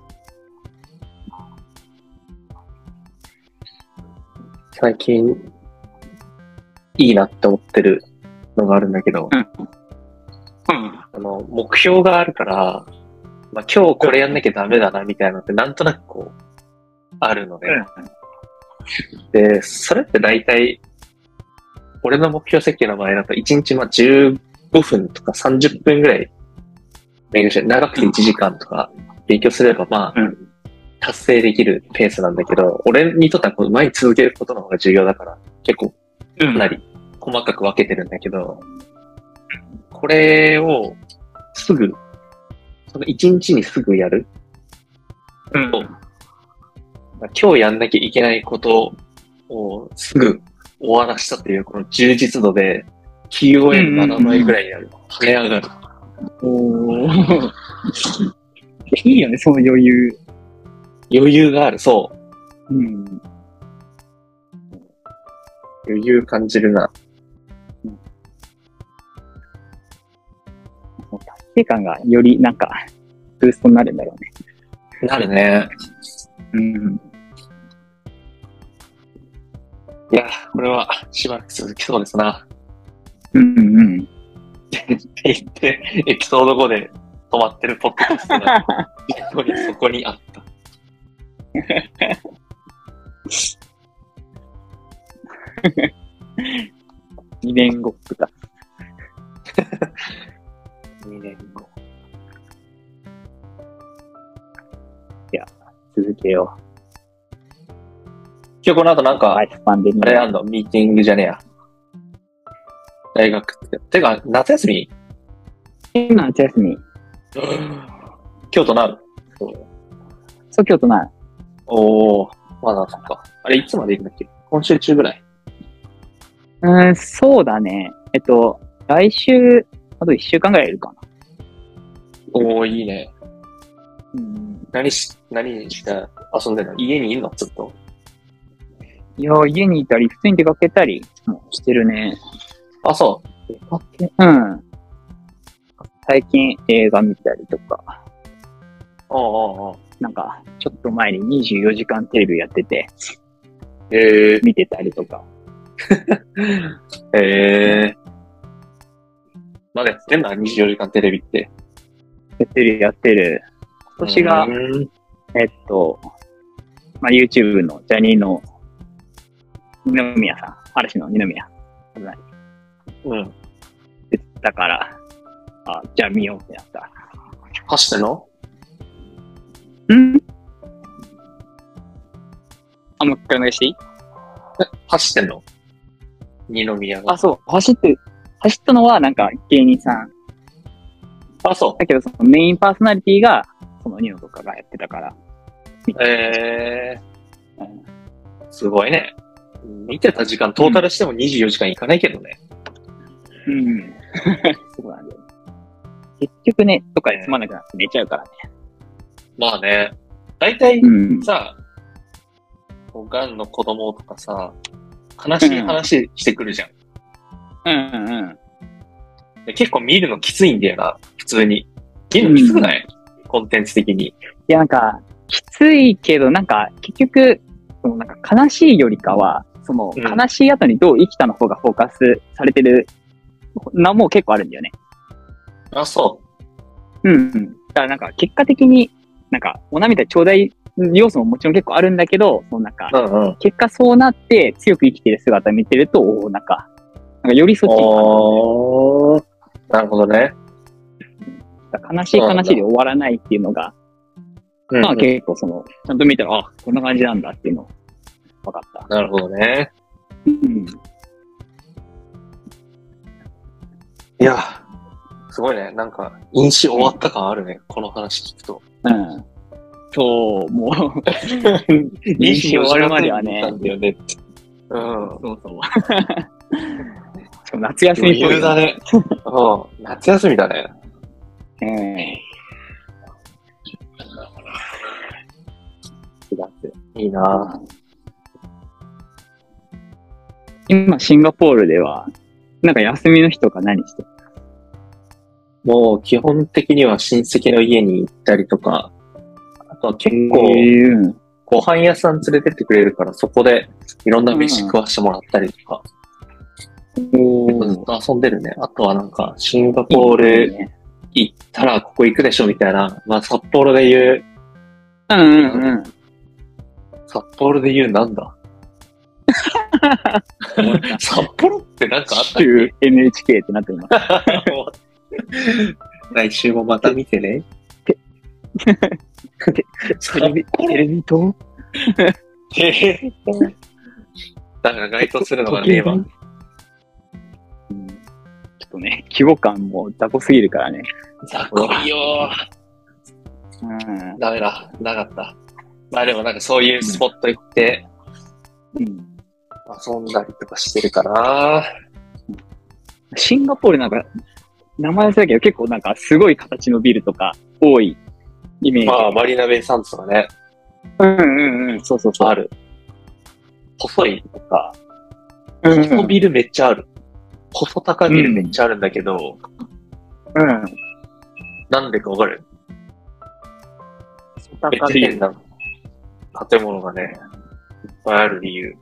最近、いいなって思ってるのがあるんだけど、うん。あの、目標があるから、まあ今日これやんなきゃダメだなみたいなのってなんとなくこう、あるのね。で、それって大体、俺の目標設計の場合だと、1日まあ15分とか30分ぐらい、勉強して、長くて1時間とか勉強すれば、まあうん、達成できるペースなんだけど、俺にとってはこう、前に続けることの方が重要だから、結構うかん。なり細かく分けてるんだけど、これをすぐ、その1日にすぐやるうん。まあ今日やんなきゃいけないことをすぐ終わらしたっていうこの充実度で QOL7 倍ぐらいになる。跳ね上がる。おー いいよね、その余裕。余裕がある。そう。うん。余裕感じるな。達成感がよりなんか、ブーストになるんだろうね。なるね。うん。いや、これはしばらく続きそうですな。うんうん。って言って、エピソード5で止まってるポッドキャストが、実はそこにあった。 2年後 とか。 2年後。続けよ今日この後なんう。か、ライフパンデミあれあんのミーティングじゃねえや。大学って。てか、夏休み今、夏休み。京都なるそう、京都な。おー、まだそっか。あれ、いつまで行くんだっけ今週中ぐらい。うん、そうだね。えっと、来週、あと1週間ぐらいいるかな。おー、いいね。うん。何し、何して遊んでんの家にいんのずっと。いや、家にいたり、普通に出かけたりもしてるね。あ、そう。うん。最近映画見たりとか。おうおうおうなんか、ちょっと前に24時間テレビやってて、え見てたりとか。ー、えー。まだやってんだ ?24 時間テレビって。やってる、やってる。今年がう、んえっと、まあ、YouTube のジャニーの二宮さん、嵐の二宮うん。出てたから、あ、じゃあ見ようってなった。走ってんのんあ、もう一回お願いしていい走ってんの二宮が。あ、そう。走って、走ったのはなんか芸人さん。あ、そだけどそのメインパーソナリティが、そのニノとかがやってたから。う。えうんー、すごいね。見てた時間、トータルしても24時間いかないけどね。うん。 そうなんだよね。結局ね、とかでつまんなくなって寝ちゃうからね。まあね。だいたいんさ、こうがんの子供とかさ、悲しい話してくるじゃん。うんうん。で結構見るのきついんだよな、普通に。見るのきつくない、コンテンツ的に。いや、なんか、きついけど、なんか、結局、そのなんか悲しいよりかは、その、うん悲しい後にどう生きたの方がフォーカスされてる、なもう結構あるんだよね。あ、そうんうん。だからなんか、結果的に、なんか、お涙ちょうだい要素ももちろん結構あるんだけど、そのなんかう。、うんうん。結果そうなって強く生きてる姿見てると、おーなんか、なんかよりそっちに感動するおー。なるほどね。悲しい悲しいで終わらないっていうのが、うんまあ結構その、ちゃんと見たら、あ、こんな感じなんだっていうの、分かった。なるほどね。うん。いや、すごいね。なんか、飲酒終わった感あるね。この話聞くと。うん。そう、 もう、飲酒終わるまではね飲酒終わったんだよねってうん。そうそう。 しかも夏休みっぽい余裕よだ ね。うん。夏休みだね。ね。うん。4月。いいな今、シンガポールでは、なんか休みの日とか何してるもう基本的には親戚の家に行ったりとか、あとは結構、うんご飯屋さん連れてってくれるから、そこでいろんな飯食わしてもらったりとか、ずっと遊んでるね。あとはなんか、シンガポール行ったらここ行くでしょみたいな、まあ札幌で言う、うんう んうん。札幌で言うなんだ 札幌ってなんかあったっ週 NHK ってなってます。けもう 来週もまた見てね。テレビ、 テレビとだから該当するのがね、今。うんちょっとね、規模感も雑魚すぎるからね。雑魚いよー。うんダメだ。なかった。まあでもなんかそういうスポット行ってうん。遊んだりとかしてるかな。シンガポールなんか、名前忘れたけど結構なんかすごい形のビルとか多いイメージ。まあ、マリーナベイサンズとかね、うんうんうん、そうそうそう。ある。細いとか、うんうん、このビルめっちゃある。細高ビルめっちゃあるんだけど、うん。なんでかわかる高めっちゃ変な建物がね、いっぱいある理由。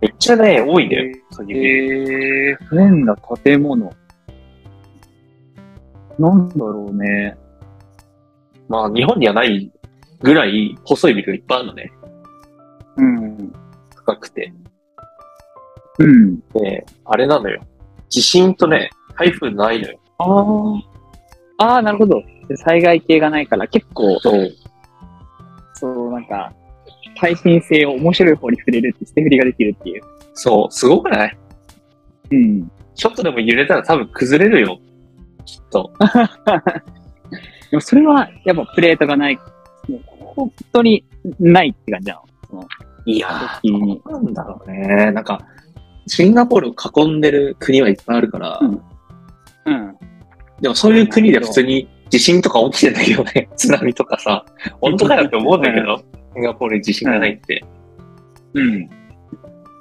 めっちゃね、多いんだよ。そういうビルえー、変な建物。なんだろうね。まあ、日本にはないぐらい細いビルがいっぱいあるのね。うん。高くて。うん。で、あれなのよ。地震とね、台風ないのよ。ああ。ああ、なるほど。災害系がないから、結構、そう。そう、なんか、耐震性を面白い方に触れるって、捨て振りができるっていう。そう、すごくないうん。ちょっとでも揺れたら多分崩れるよ。きっと。でもそれは、やっぱプレートがない。もう本当にないって感じなの。その、いや時に。ー、なんだろうね。なんか、シンガポールを囲んでる国はいっぱいあるから、うんうん。でもそういう国で普通に地震とか起きてないよね。 津波とかさ。本当かよって思うんだけど、 シンガポールに地震がないって。うん。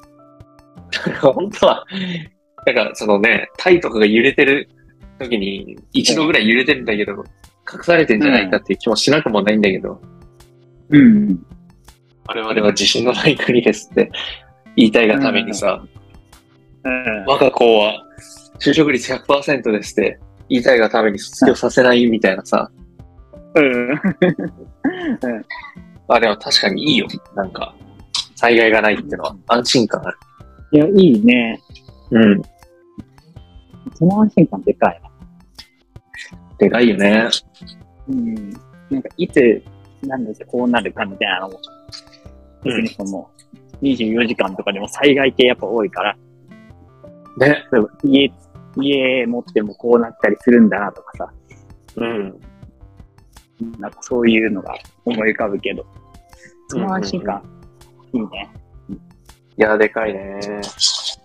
本当は、なんかそのね、タイとかが揺れてる時に、一度ぐらい揺れてるんだけど、隠されてんじゃないかっていう気もしなくもないんだけど、うん。我々は地震のない国ですって言いたいがためにさ、うん。我が校は就職率100%ですって言いたいがために卒業させないみたいなさ、うん。あれは確かにいいよ。なんか、災害がないっていうのは安心感ある。いや、いいね。うん。その安心感でかい。でかいよね。うん。なんか、いつ、なんだっけこうなるかみたいなのも、う別んにその、24時間とかでも災害系やっぱ多いから、ね。例えば家、家持ってもこうなったりするんだなとかさ、うん。なんかそういうのが思い浮かぶけど、その安心感、いいね。いや、でかいね。そ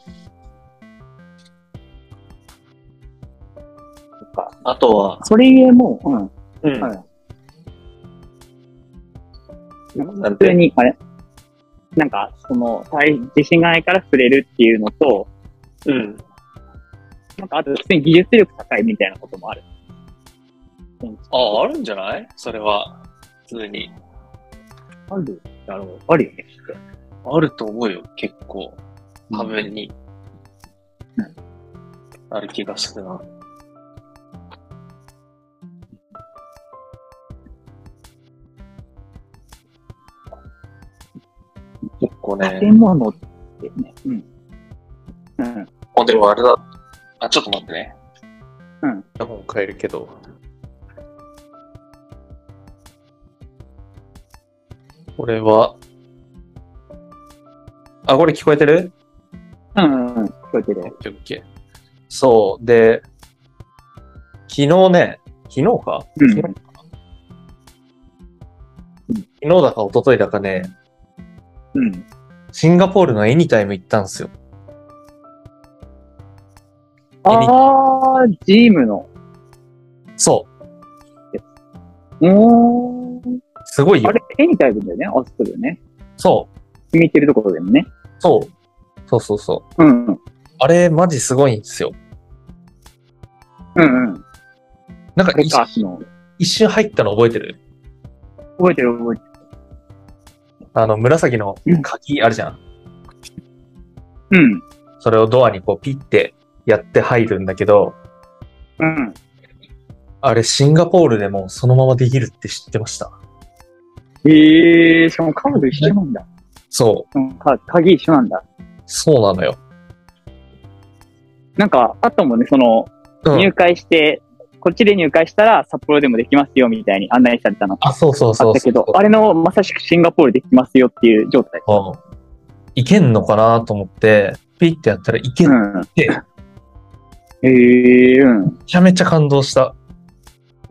っか。あとは、それゆえもう、うん。うんはいなん普通て、に、あれなんか、その、災地震がないから触れるっていうのと、うん。なんか、あと、普通に技術力高いみたいなこともある。あ、あるんじゃないそれは。普通に。あるだろう。あるよね、きっと。あると思うよ、結構。多分に。うんある気がするな。結構ね。建物ってね。うん。うん。あ、でもあれだ。あ、ちょっと待ってね。うん。イヤホン変えるけど。これは、あ、これ聞こえてるうんうんうん。聞こえてる。オッケーオッケーそう。で、昨日ね、昨日か、うん昨日か昨日だか一昨日だかね、うん。シンガポールのエニタイム行ったんですよ。あー、ジームの。そう。おー。すごいあよ。れ、絵にタイプだよね。あ、そうだよね。そう。君言ってるところでもね。そう。そうそうそう。うんうん。あれ、マジすごいんですよ。うんうん。なんかあれ一か、あの、一瞬入ったの覚えてる覚えてる覚えてあの、紫のうん鍵あるじゃん。る。それをドアにこうピッてやって入るんだけど、うん。うん。あれ、シンガポールでもそのままできるって知ってました。えー、しかもカード一緒なんだ。そうん、か鍵一緒なんだ。う。そうなのよ。なんか、あったもんね、その、うん入。会して、こっちで入会したら札幌でもできますよ、みたいに案内されたの。あ、そうそうあそうそう。ったけど、あれのまさしくシンガポールできますよっていう状態。うんいけんのかなと思って、ピッてやったらいけうる。ん。でえー、うんめちゃめちゃ感動した。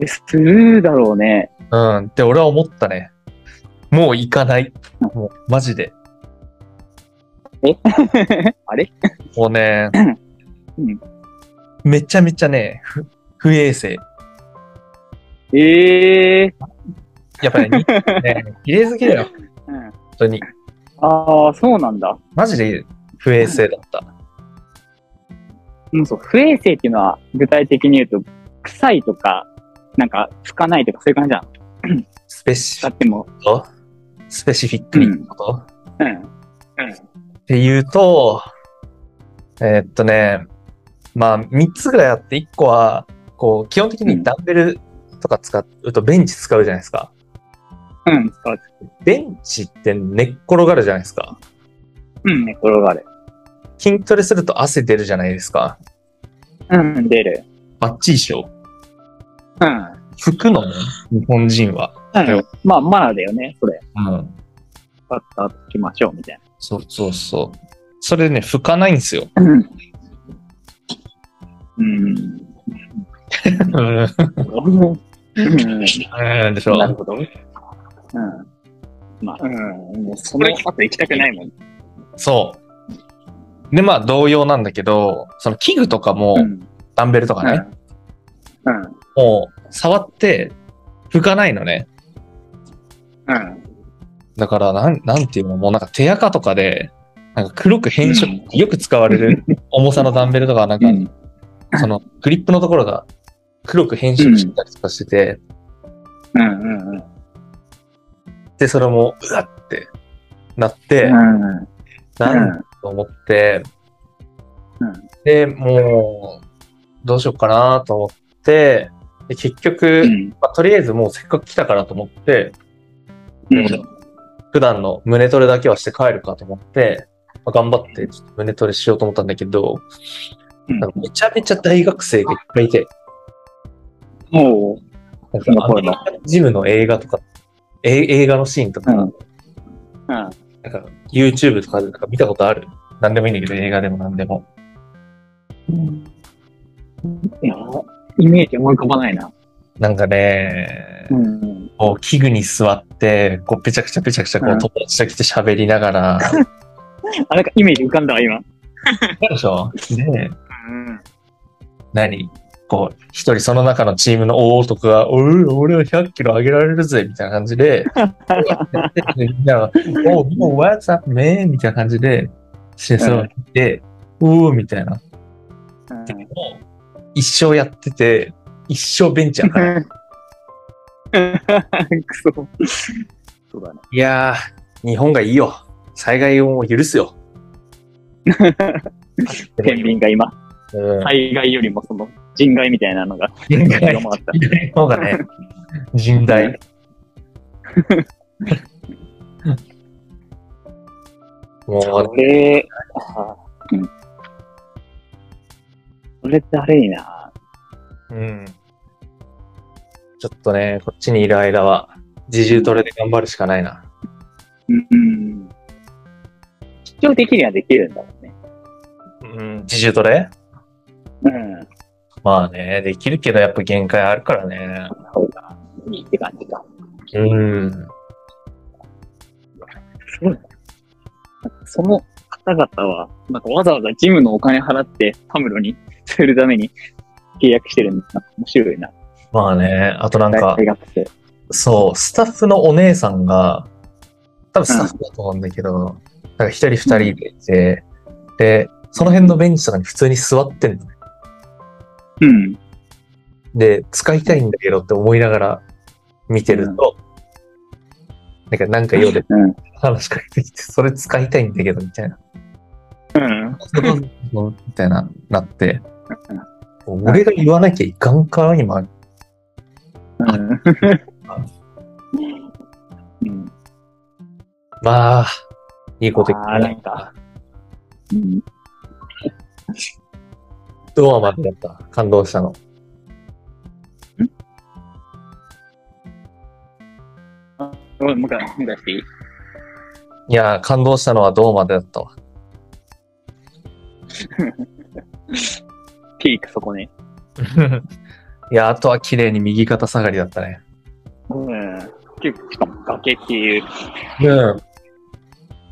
え。するだろ うね。うん。って俺は思ったね。もう行かない。もう、マジで。あれもうねうん、めちゃめちゃね、ふ不衛生。えー。やっぱり ね、綺麗すぎだよ。うん、本当に。ああ、そうなんだ。マジで不衛生だった。うん、そう、不衛生っていうのは、具体的に言うと、臭いとか、なんか、拭かないとか、そういう感じじゃん。スペシだフってもィットスペシフィックにってこと、う、うん。って言うと、えーっとね、まあ3つぐらいあって、1個は、こう、基本的にダンベルとか使うとベンチ使うじゃないですか。うん、そう。ベンチって寝っ転がるじゃないですか。うん、寝転がる。筋トレすると汗出るじゃないですか。うん、出る。バッチリでしょ。うん。拭くのね、日本人は。うん、まあ、マナーだよね、それ。うん。パッと開きましょう、みたいそうそうそう。それでね、拭かないんですよ。な。うん。うん。うん。うんでしょ。なるほど。まあ、うん。もうそこのれ、あと行きたくないもん。そう。で、まあ同様なんだけど、その器具とかも、うん。ダンベルとかね、うん。もう触って拭かないのね。うん。だから、なん、なんていうの、もうなんか手垢とかで、なんか黒く変色、うんよく使われる重さのダンベルとか、なんか、うんそのグリップのところが黒く変色してたりとかしてて、うん。うん。で、それも、うわってなって、うん。なんと思って、うんで、もう、どうしようかなと思って、で結局、うん。まあ、とりあえずもうせっかく来たからと思って、うん。普段の胸トレだけはして帰るかと思って、まあ頑張ってちょっと胸トレしようと思ったんだけど、うんなんかめちゃめちゃ大学生がいっぱいいて、もう、なんそんなかア声メリがカのジムの映画とか、え映画のシーンとか、うんうん。なんか YouTube とかでなんか見たことある。なんでもいいんだけど、映画でもなんでも。いや、イメージ思い浮かばないな。なんかね、ん。こう器具に座って、こうぺちゃくちゃぺちゃくちゃこううん友達と来て喋りながら、あ、なんかイメージ浮かんだわ、今。でしょで、うん。何こう、一人その中のチームの大男が、おう、俺は100キロ上げられるぜ、みたいな感じで、 みんなが、おう、もう What's up, man? みたいな感じで、してそうで、おう、みたいな。もう一生やってて、一生ベンチャーから。くそ。そうだね。いやー、日本がいいよ。災害を許すよ。天秤が今、うん。災害よりもその、人害みたいなのが、人害広まった。そうだね。甚大。 もう、れ、それだるいなうん。ちょっとね、こっちにいる間は、自重トレで頑張るしかないな。うん。長的にはできるんだもんね。うん、自重トレうん。まあね、できるけどやっぱ限界あるからね。そうだ。いいって感じか。うん。その方々は、なんかわざわざジムのお金払ってタムロに するために契約してるんですな。面白いな。まあね、あとなんか大、学生。そう、スタッフのお姉さんが、多分スタッフだと思うんだけど、なんか一人二人でいて、で、その辺のベンチとかに普通に座ってんのね。うん。で、使いたいんだけどって思いながら見てると、なんか、なんか夜でうん。話しかけてきて、それ使いたいんだけど、みたいな。うん。 みたいな、なって、俺が言わなきゃいかんからにもある。うん。まあ、いいこと言ああ、っなんた。か。うん。ドアまでだった。感動したの。もう、もう一回、もう一回していいいやー、感動したのはドアまでだったわ。ピークそこね。 いや、あとは綺麗に右肩下がりだったね。うん。結構、しかも崖っていう。うん。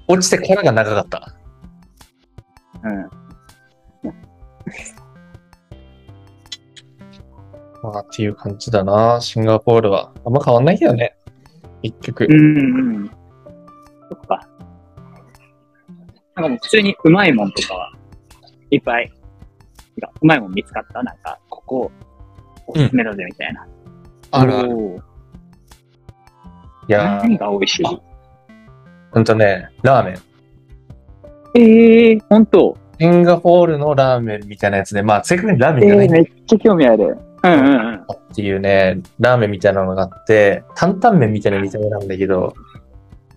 落ちてからが長かった。うん。まあ、っていう感じだな、シンガポールは。あんま変わんないけどね。一曲。うんうん。そっか。なんかもう普通にうまいもんとかは、いっぱい、てかうまいもん見つかったなんか、ここ、おすすめだぜみたいな。あるある。る。いやー、何が美味しいほんとね、ラーメン。ええー、ほんと。シンガポールのラーメンみたいなやつで、まあ、正確にラーメンじゃないんだっちゃ興味ある。うんうんうん。っていうね、ラーメンみたいなのがあって、担々麺みたいな見た目なんだけど、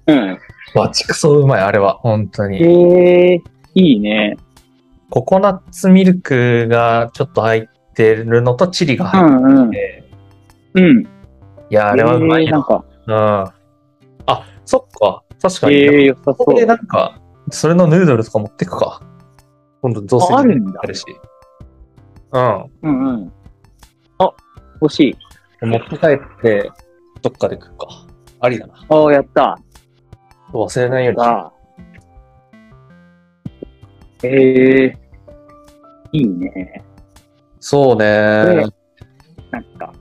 うん。バチクソうまい、あれは、本当に。ええー、いいね。ココナッツミルクがちょっと入ってるのとチリがう入っんうん。て、うん。いや、あれはうまいえーよなんか、うん。あ、そっか。確かえに。えー、良さここそでう。なんか、それのヌードルとか持ってくか。今度どうせああるんだあるし。うん。うんうん。あ、欲しい。持って帰って、どっかで食うか。ありだな。ああ、やった。忘れないように。ああ。ええいいね。そうねね。なんか、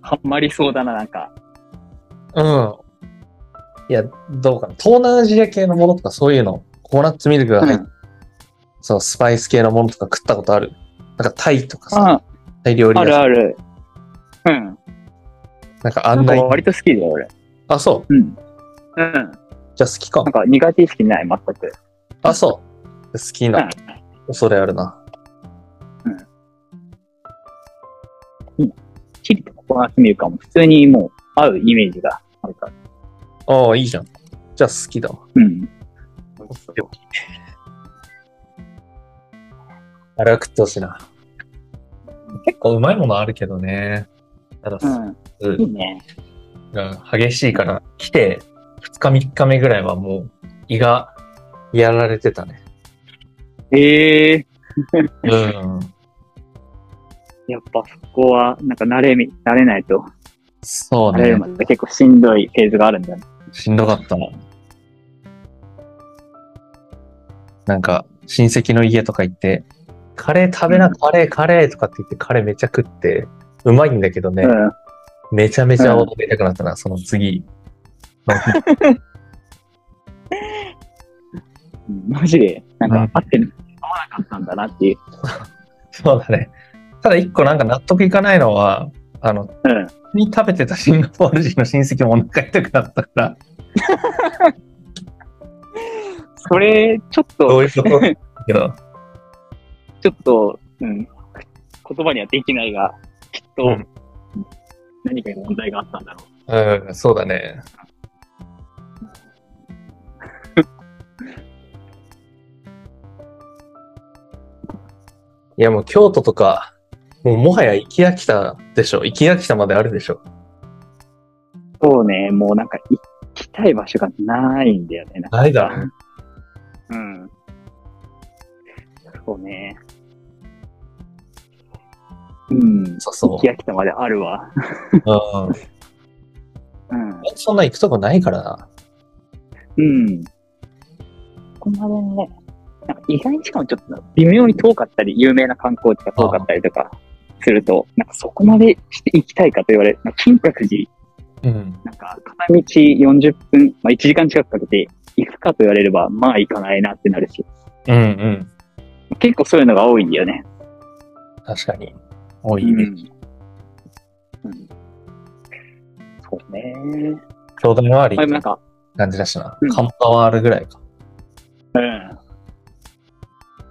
はまりそうだな、なんか。うん。いや、どうかな。東南アジア系のものとかそういうの、ココナッツミルクが入っうんそう、スパイス系のものとか食ったことある。なんかタイとかさ、あタイ料理あ屋るさんある。うん。なんかあなんんかなに割と好きだよ、俺。あ、そう。うん。うん。なじゃあ好きかん。か苦手意識ない、全く。あ、そう。好きな。恐れあるな。チリとココナッツミルクはもう普通にもう合うイメージがあるから。ああ、いいじゃん。じゃあ好きだわ。うん。あれは食ってほしいな。結構うまいものあるけどね。ただ、うん。いいね。が激しいから、来て2日3日目ぐらいはもう胃がやられてたね。ええうん。やっぱそこは、なんか慣れみ、慣れないと、そう慣れねる。まで結構しんどいフェーズがあるんだね。しんどかったな。なんか、親戚の家とか行って、カレー食べな、カレー、カレーとかって言って、カレーめっちゃ食って、うまいんだけどね、うん。めちゃめちゃ踊りたくなったな、その次。うんマジで、なんうんか、合ってる、合わなかったんだなっていう。そうだね。ただ一個なんか納得いかないのは、あの、うん。に食べてたシンガポール人の親戚もお腹痛くなったから、それ、ちょっどと、ういうことだ けど、ちょっと、うん。言葉にはできないが、きっと、うん何かに問題があったんだろうん、そうだね。 いやもう京都とか、もうもはや行き飽きたでしょ。行き飽きたまであるでしょ。う。そうね、もうなんか、行きたい場所がないんだよね。なんかないだろ。うん。そうね。うん。そうそキヤキタまであるわ。う。うん。うん。そんな行くとこないからな。うん。ここまでね、なんか意外にしかもちょっと微妙に遠かったり、有名な観光地が遠かったりとかすると、なんかそこまでして行きたいかと言われ、なんか金閣寺、うん。なんか片道40分、まあ1時間近くかけて行くかと言われれば、まあ行かないなってなるし、うんうん。結構そういうのが多いんだよね。確かに。多いね。うん。うん。そうね。京都周りあ、でもなんか、感じだしなうん。カンパワールぐらいか。うん。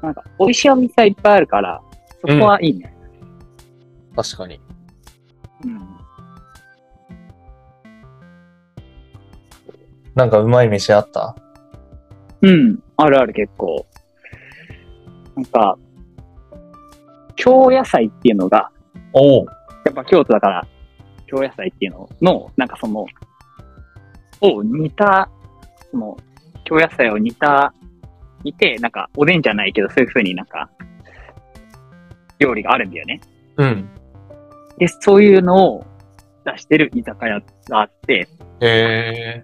なんか、美味しいお店はいっぱいあるから、そこはいいね。確かに。うん。なんかうまい飯あったうん。あるある結構。なんか、京野菜っていうのが、おお。やっぱ京都だから、京野菜っていうのの、なんかその、を煮た、その、京野菜を煮た、煮て、なんか、おでんじゃないけど、そういう風になんか、料理があるんだよね。うん。で、そういうのを出してる居酒屋があって、へえ。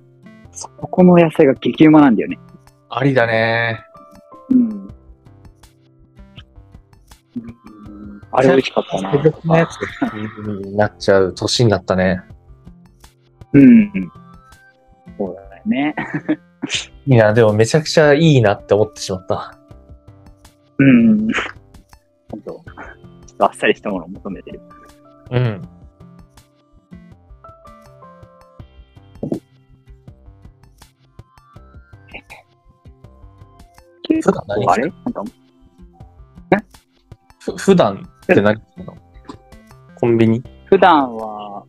そこの野菜が激うまなんだよね。ありだね。うん。あれ美味しかったな。特別なやつになっちゃう年になったね。うん。そうだよね。いや、でもめちゃくちゃいいなって思ってしまった。うん。本当。ちょっとあっさりしたものを求めてる。うん。結普段何構あれなんか、ふ普段って何するのコンビニ普段は、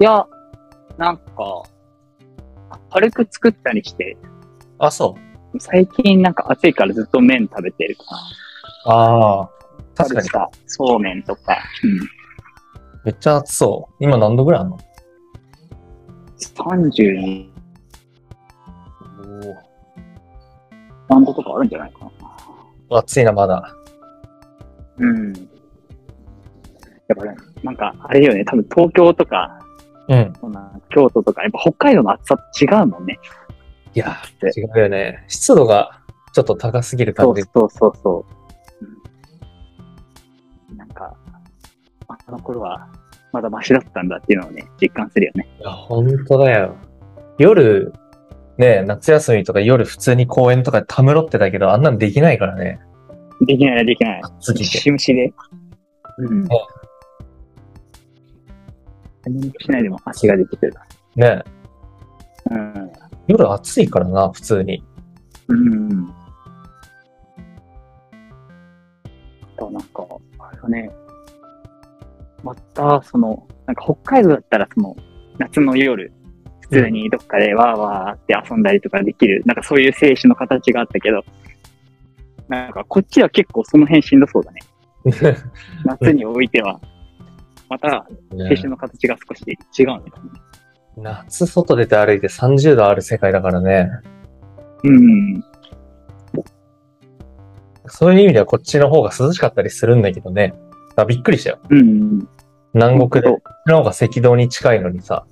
いや、なんか、軽く作ったりして、あ、そう。最近なんか暑いからずっと麺食べてるから。ああ。確かに。かそうめんとか。めっちゃ暑そう。今何度ぐらいあんのうん。30お何個とかあるんじゃないかな。お。暑いな、まだ。うん。やっぱね、なんか、あれよね、多分東京とか、うん。そんな京都とか、やっぱ北海道の暑さと違うもんね。いや、違うよね。湿度がちょっと高すぎるそ感うじ。そうそうそう。うん、なんか、ああの頃は、まだマシだったんだっていうのをね、実感するよね。いや、本当だよ。夜、ね、夏休みとか夜普通に公園とかでたむろってたけど、あんなんできないからね。できない、できない。暑すぎて。しむしで。うん。何もしないでも足が出てくる。ね。うん。夜暑いからな、普通に。うん。あとなんか、あれだね。また、その、なんか北海道だったら、その、夏の夜、普通にどっかでわーわーって遊んだりとかできる、なんかそういう青春の形があったけど、なんかこっちは結構その辺しんどそうだね。夏においては、また青春の形が少し違うんだよね。夏外出て歩いて30度ある世界だからね。うん。そういう意味ではこっちの方が涼しかったりするんだけどね。あびっくりしたよ。うん。南国で。ことっちの方が赤道に近いのにさ、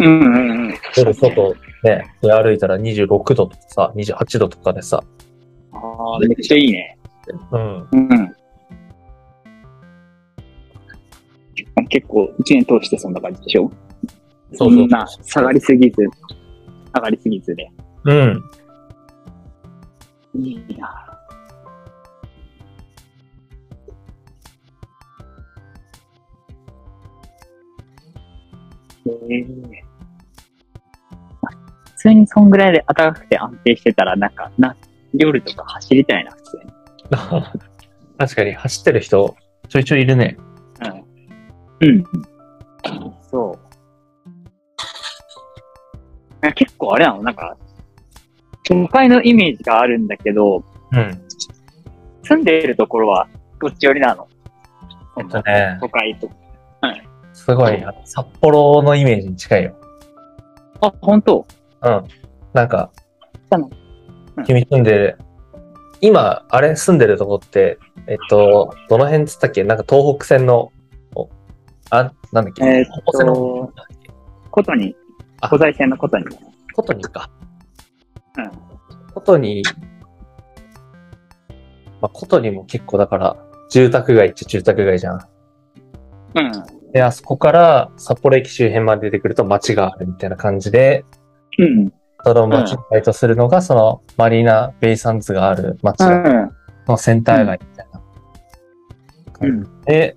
うんうんうん。夜外ね、出歩いたら26度とかさ、28度とかでさ、ああ、めっちゃいいね。うん。うん。結構、一年通してそんな感じでしょそうそうそんな、下がりすぎず、上がりすぎずで。うん。 いいな。ええ普通にそんぐらいで暖かくて安定してたら、なんか、な、夜とか走りたいな、普通に。確かに走ってる人、ちょいちょいいるね。うん。うん。そう。なんか結構あれなのなんか、都会のイメージがあるんだけど、うん。住んでいるところはどっち寄りなのえっとね、都会と。すごい、札幌のイメージに近いよ。あ、本当うん。なんかあのう、ん君住んで今、あれ、住んでるとこって、えっと、どの辺っつったっけなんか東北線の、おあ、なんだっけ、えーっと東北線の、ことに、あ古材線のことに。ことにか。うん。ことに、まあ、ことにも結構だから、住宅街っちゃ住宅街じゃん。うん。で、あそこから札幌駅周辺まで出てくると街があるみたいな感じで、うん。その街をバイトするのが、そのマリーナ・ベイ・サンズがある街うん。のセンター街みたいなう感んじで、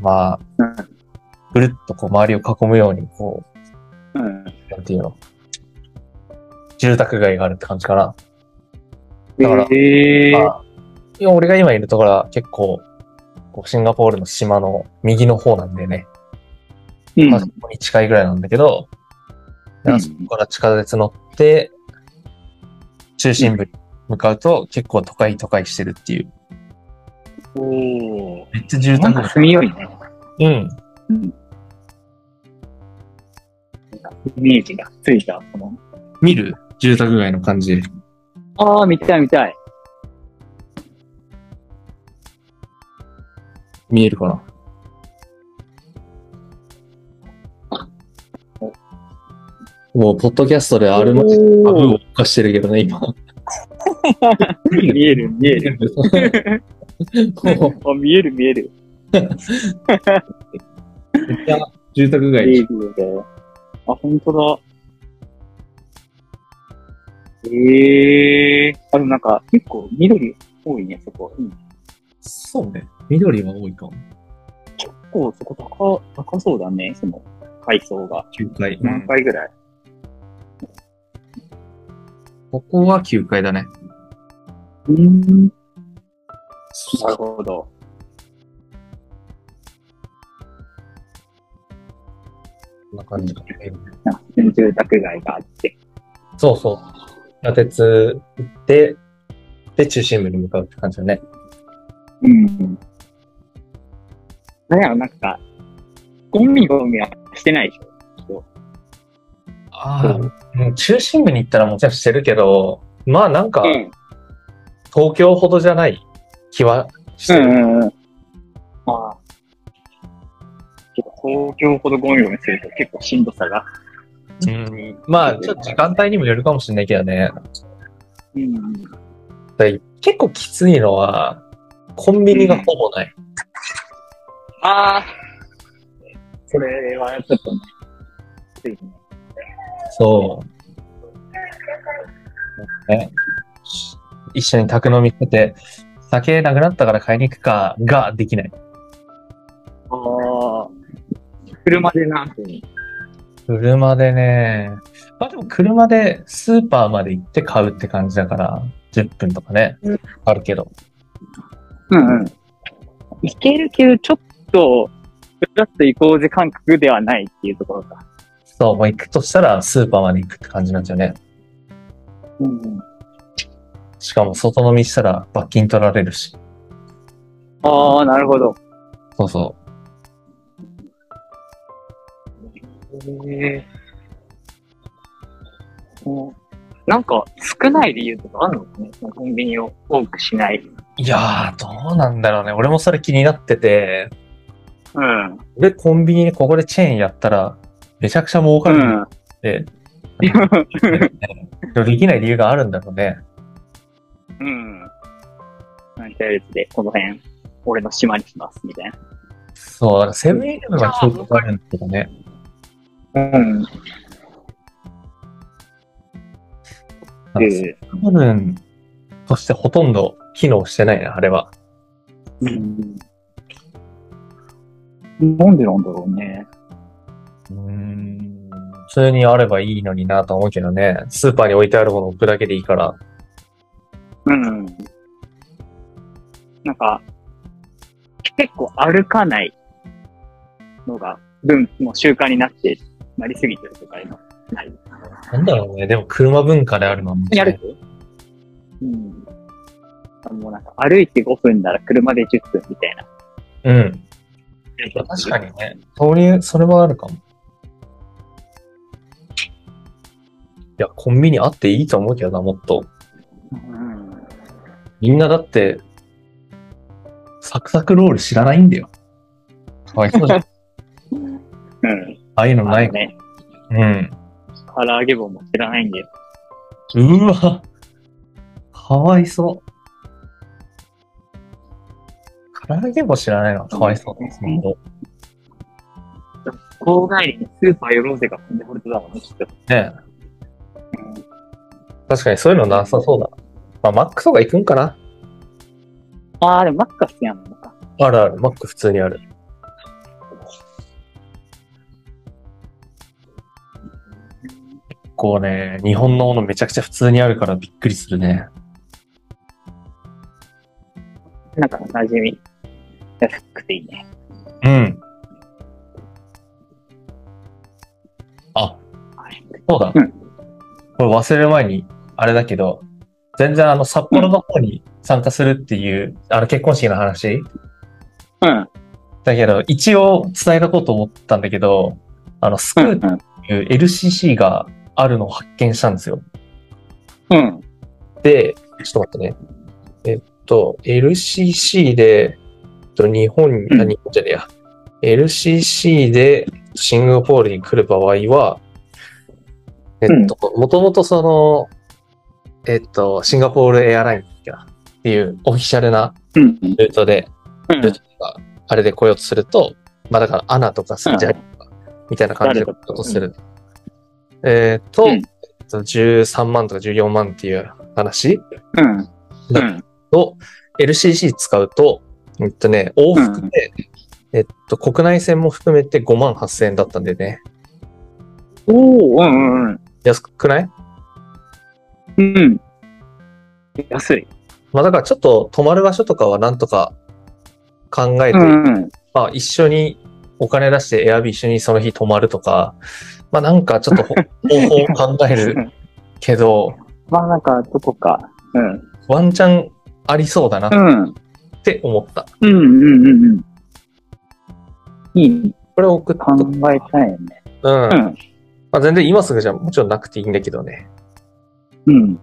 まあうん、ぐるっとこう周りを囲むように、こうん。う、なんていうの、住宅街があるって感じかな。だからえー、まあ、いや俺が今いるところは結構、こうシンガポールの島の右の方なんでね、うんまあそこに近いぐらいなんだけど、でうんあそこから地下鉄乗って、中心部に向かうと結構都会都会してるっていう。うん。めっちゃ住なん宅か住みよいね。街。うん。イメージがついた。この見る住宅街の感じ。ああ、見たい見たい。見えるかなもう、ポッドキャストであるまじおーアブを犯してるけどね、今。見える見える。 もうあ見える見える。めっちゃ住宅見え街。るよねあ、本当だ。ええー。あ、でもなんか結構緑多いね、そこ。うんそうね。緑は多いかも。結構そこ高、高そうだね、その階層が。 9階。何回ぐらいここは9階だね。うん。なるほど。こんな感じか。なんか住宅街があって。そうそう。地下鉄行って、で、中心部に向かうって感じだね。うん。あれやろ、なんか、ゴミゴミはしてないでしょ。ああ、うん中心部に行ったらもちろんしてるけど、まあなんか、うん。東京ほどじゃない気はしてる。うんうんうん。ああ。東京ほどゴミゴミすると結構しんどさが。うんまあ、ちょっと時間帯にもよるかもしれないけどね。うん。結構きついのは、コンビニがほぼない。ああ。それはちょっとね。ついねそう。ね、一緒に宅飲みしてて、酒なくなったから買いに行くか、ができない。ああ。車で何分車でね、まあでも車でスーパーまで行って買うって感じだから、10分とかねうん、あるけど。うんうん。いけるけど、ちょっと、ちょっと行こうぜ感覚ではないっていうところか。そう、もう行くとしたらスーパーまで行くって感じなんですよね。うん、しかも外飲みしたら罰金取られるし。ああ、なるほど。そうそへーなんか、少ない理由とかあるのかねコンビニを多くしない。う。いやー、どうなんだろうね。俺もそれ気になってて、うん。俺コンビニでここでチェーンやったら、めちゃくちゃ儲かるんだん。って、でもできない理由があるんだろうね。うん。なんてやつで、この辺、俺の島にします、みたいそう、だからセブンイレブンがちょっとあるんだけどね。な。うん。なんかセブンイレブンとしてほとんど機能してないな、あれは。なんでなんだろうね。うーん。普通にあればいいのになとは思うけどね。スーパーに置いてあるものを置くだけでいいから。うん。なんか、結構歩かないのが、文、もう習慣になって、なりすぎてるとか今。ない。なんだろうね。でも車文化であるのはもちやろんるうん。もうなんか、歩いて5分なら車で10分みたいな。うん。確かにね。それ、それはあるかも。いや、コンビニあっていいと思うけどな、もっと。うん。みんなだって、サクサクロール知らないんだよ。かわいそうじゃん。あうん。あいうのないあ の。ね。うん。唐揚げ棒も知らないんで。うわ。かわいそう。唐揚げも知らないのはかわいそうです、本当郊外にスーパー寄ろうぜが本当だもんね、きっと。ねえ確かにそういうのなさそうだ。まあ、マックとか行くんかなああ、でもマックが好きなのか。あるある、マック普通にある。結構ね、日本のものめちゃくちゃ普通にあるからびっくりするね。なんか馴染み。安くていいね。うん。あ、そうだ。うんこれ忘れる前に、あれだけど、全然あの、札幌の方に参加するっていう、あの、結婚式の話うん。だけど、一応伝えとこうと思ったんだけど、あの、スクうールん。っていう LCC があるのを発見したんですよ。うん。で、ちょっと待ってね。えっと、LCC で、えっと、日本に、うんあ日本じゃねえや。LCC でシンガポールに来る場合は、えっと、もともとその、えっと、シンガポールエアラインだっけなっていうオフィシャルなうん。ルートで、うんルートとか、あれで来ようとすると、まあだから、アナとかスジャリとか、みたいな感じで来ようとする。えっと、うんえっと13万とか14万っていう話うん。うだん。と、LCC 使うと、えっとね、往復で、えっと、国内線も含めて5万8000円だったんでね、おー、うんうん安くないうん。うん。安い。まあだからちょっと泊まる場所とかはなんとか考えて、うん。まあ一緒にお金出してエアビー一緒にその日泊まるとか、まあなんかちょっとほ方法を考えるけど、まあなんか、どこか。うん。ワンチャンありそうだなっうん。て思った。うんうんうんうん。いいこれを送っ考えたいよね。た。うん。うんまあ全然今すぐじゃもちろんなくていいんだけどね。うん。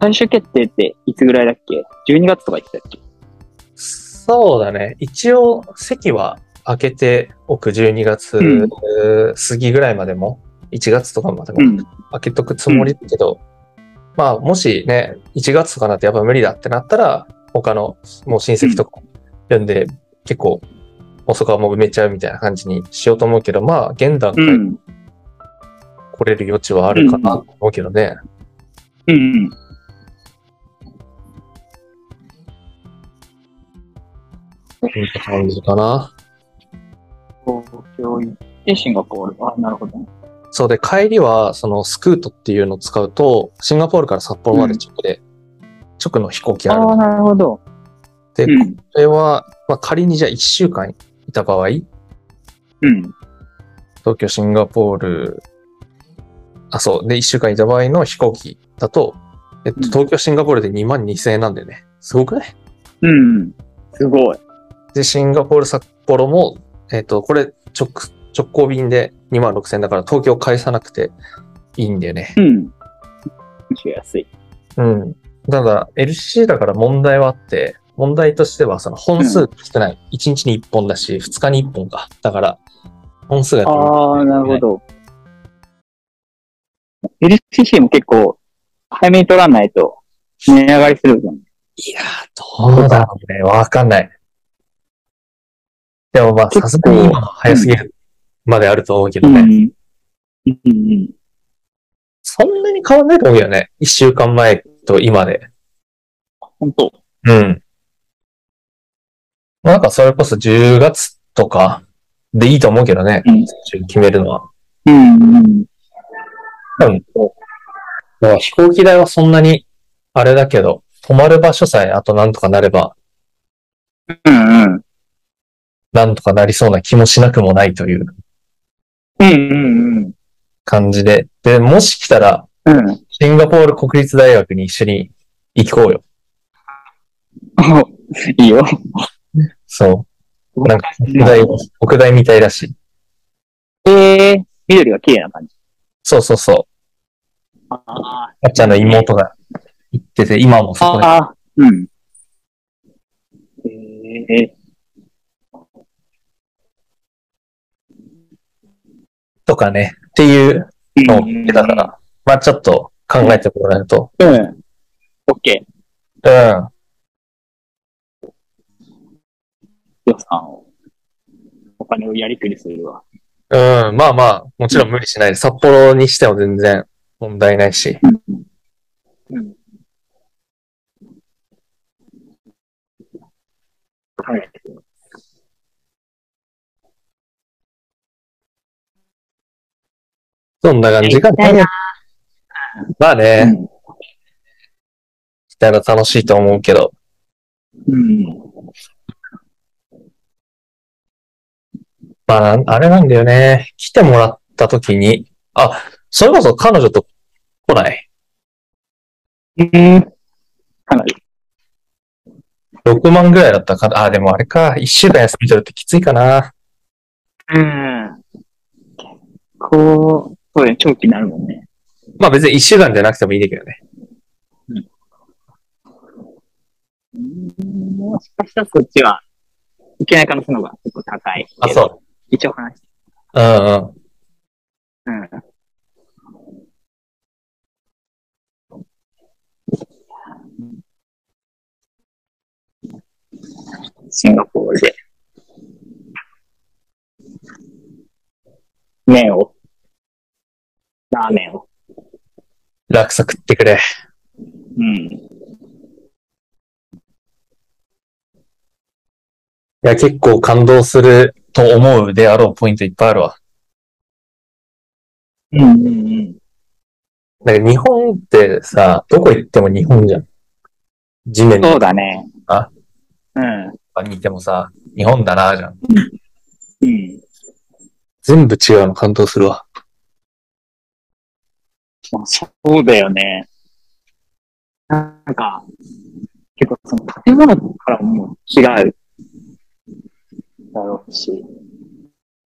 最終決定っていつぐらいだっけ ?12 月とか言ってたっけそうだね。一応席は開けておく12月うん過ぎぐらいまでも、1月とかまでもん。開けとくつもりだけど、まあもしね、1月とかなってやっぱ無理だってなったら、他のもう親戚とか呼んで、結構、遅くはもう埋めちゃうみたいな感じにしようと思うけど、まあ現段う階ん。来れる余地はあるかなと思うけどね。うん。うん、って感じかな。東京行ってシンガポール。あ、なるほどね。そうで、帰りは、そのスクートっていうのを使うと、シンガポールから札幌まで直で、直の飛行機あるあのあ、なるほど。で、うこん。れは、まあ、仮にじゃあ1週間いた場合、うん。東京、シンガポール、あ、そう。で、1週間いた場合の飛行機だと、えっと、うん東京、シンガポールで2万2000円なんだよね。すごくないうん。すごい。で、シンガポール、札幌も、えっと、これ、直、直行便で2万6000円だから、東京返さなくていいんだよね。うん。むしろ安い。うん。ただ、LCC だから問題はあって、問題としては、その本数が少ない。1日に1本だし、2日に1本か。だから、本数が少ないああ、なるほど。LCC も結構、早めに取らないと、値上がりするもんね。いやー、どうだろうね。わかんない。でもまあ、結構さすがに今の早すぎるまであると思うけどね。ん。うん。そんなに変わんないと思うよね。一週間前と今で。本当うん。なんかそれこそ10月とかでいいと思うけどね。うん決めるのは。うんうん。まあ飛行機代はそんなに、あれだけど、泊まる場所さえあとなんとかなれば、うんうん。なんとかなりそうな気もしなくもないといううんうんうん。感じで。で、もし来たら、うん。シンガポール国立大学に一緒に行こうよ。いいよ。そう。なんか、北大、北大みたいらしい。ええー、緑が綺麗な感じ。そうそうそああ、あっちゃんの妹が行ってて、今もそこにああ、うん。ええとかね、っていうのを見てたから、まあちょっと考えてもらえると。うん。オッケー。うん。予算を。お金をやりくりするわ。うん。まあまあ、もちろん無理しないで、札幌にしても全然問題ないし。うん。はい。そんな感じか行きたいなまあね、うんしたら楽しいと思うけど。うん。まあ、あれなんだよね。来てもらった時に、あ、それこそ彼女と来ない。うん。かなり。 6万ぐらいだったか、あ、でもあれか、1週間休み取るってきついかな。うん。こう、そうね、長期になるもんね。まあ別に1週間じゃなくてもいいんだけどね。うんもしかしたらそっちは、いけない可能性の方が結構高い。あ、そう。一応話して。うんうん。うん。シンガポールで。麺を。ラーメンを。落差食ってくれ。うん。いや、結構感動すると思うであろうポイントいっぱいあるわ。うんうんうん。だから日本ってさ、どこ行っても日本じゃん。地面そとうだね。あうん。かにいてもさ、日本だな、じゃん。うん。全部違うの感動するわ。まあ、そうだよね。なんか、結構その建物からも違う。だろうし。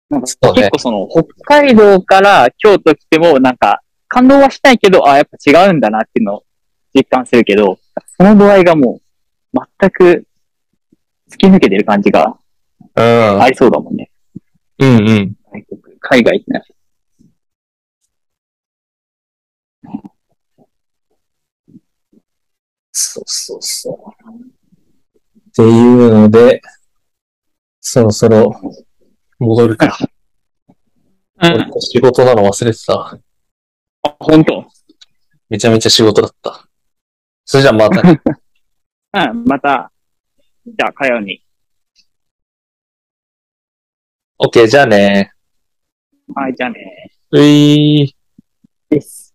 なんかそうね結構その、北海道から京都来ても、なんか、感動はしたいけど、ああ、やっぱ違うんだなっていうのを実感するけど、その度合いがもう、全く突き抜けてる感じがうん。ありそうだもんね。うんうん。外国海外ってなるとそうそうそう。っていうので、そろそろ戻る か。俺仕事なの忘れてた。あ、本当めちゃめちゃ仕事だった。それじゃあまた。 うん、また、じゃあ、かように。 OK, じゃあね。はい、じゃあね。ういー。です。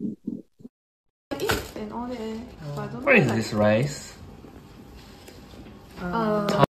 and all that. But I don't What know, is like, this rice? uh,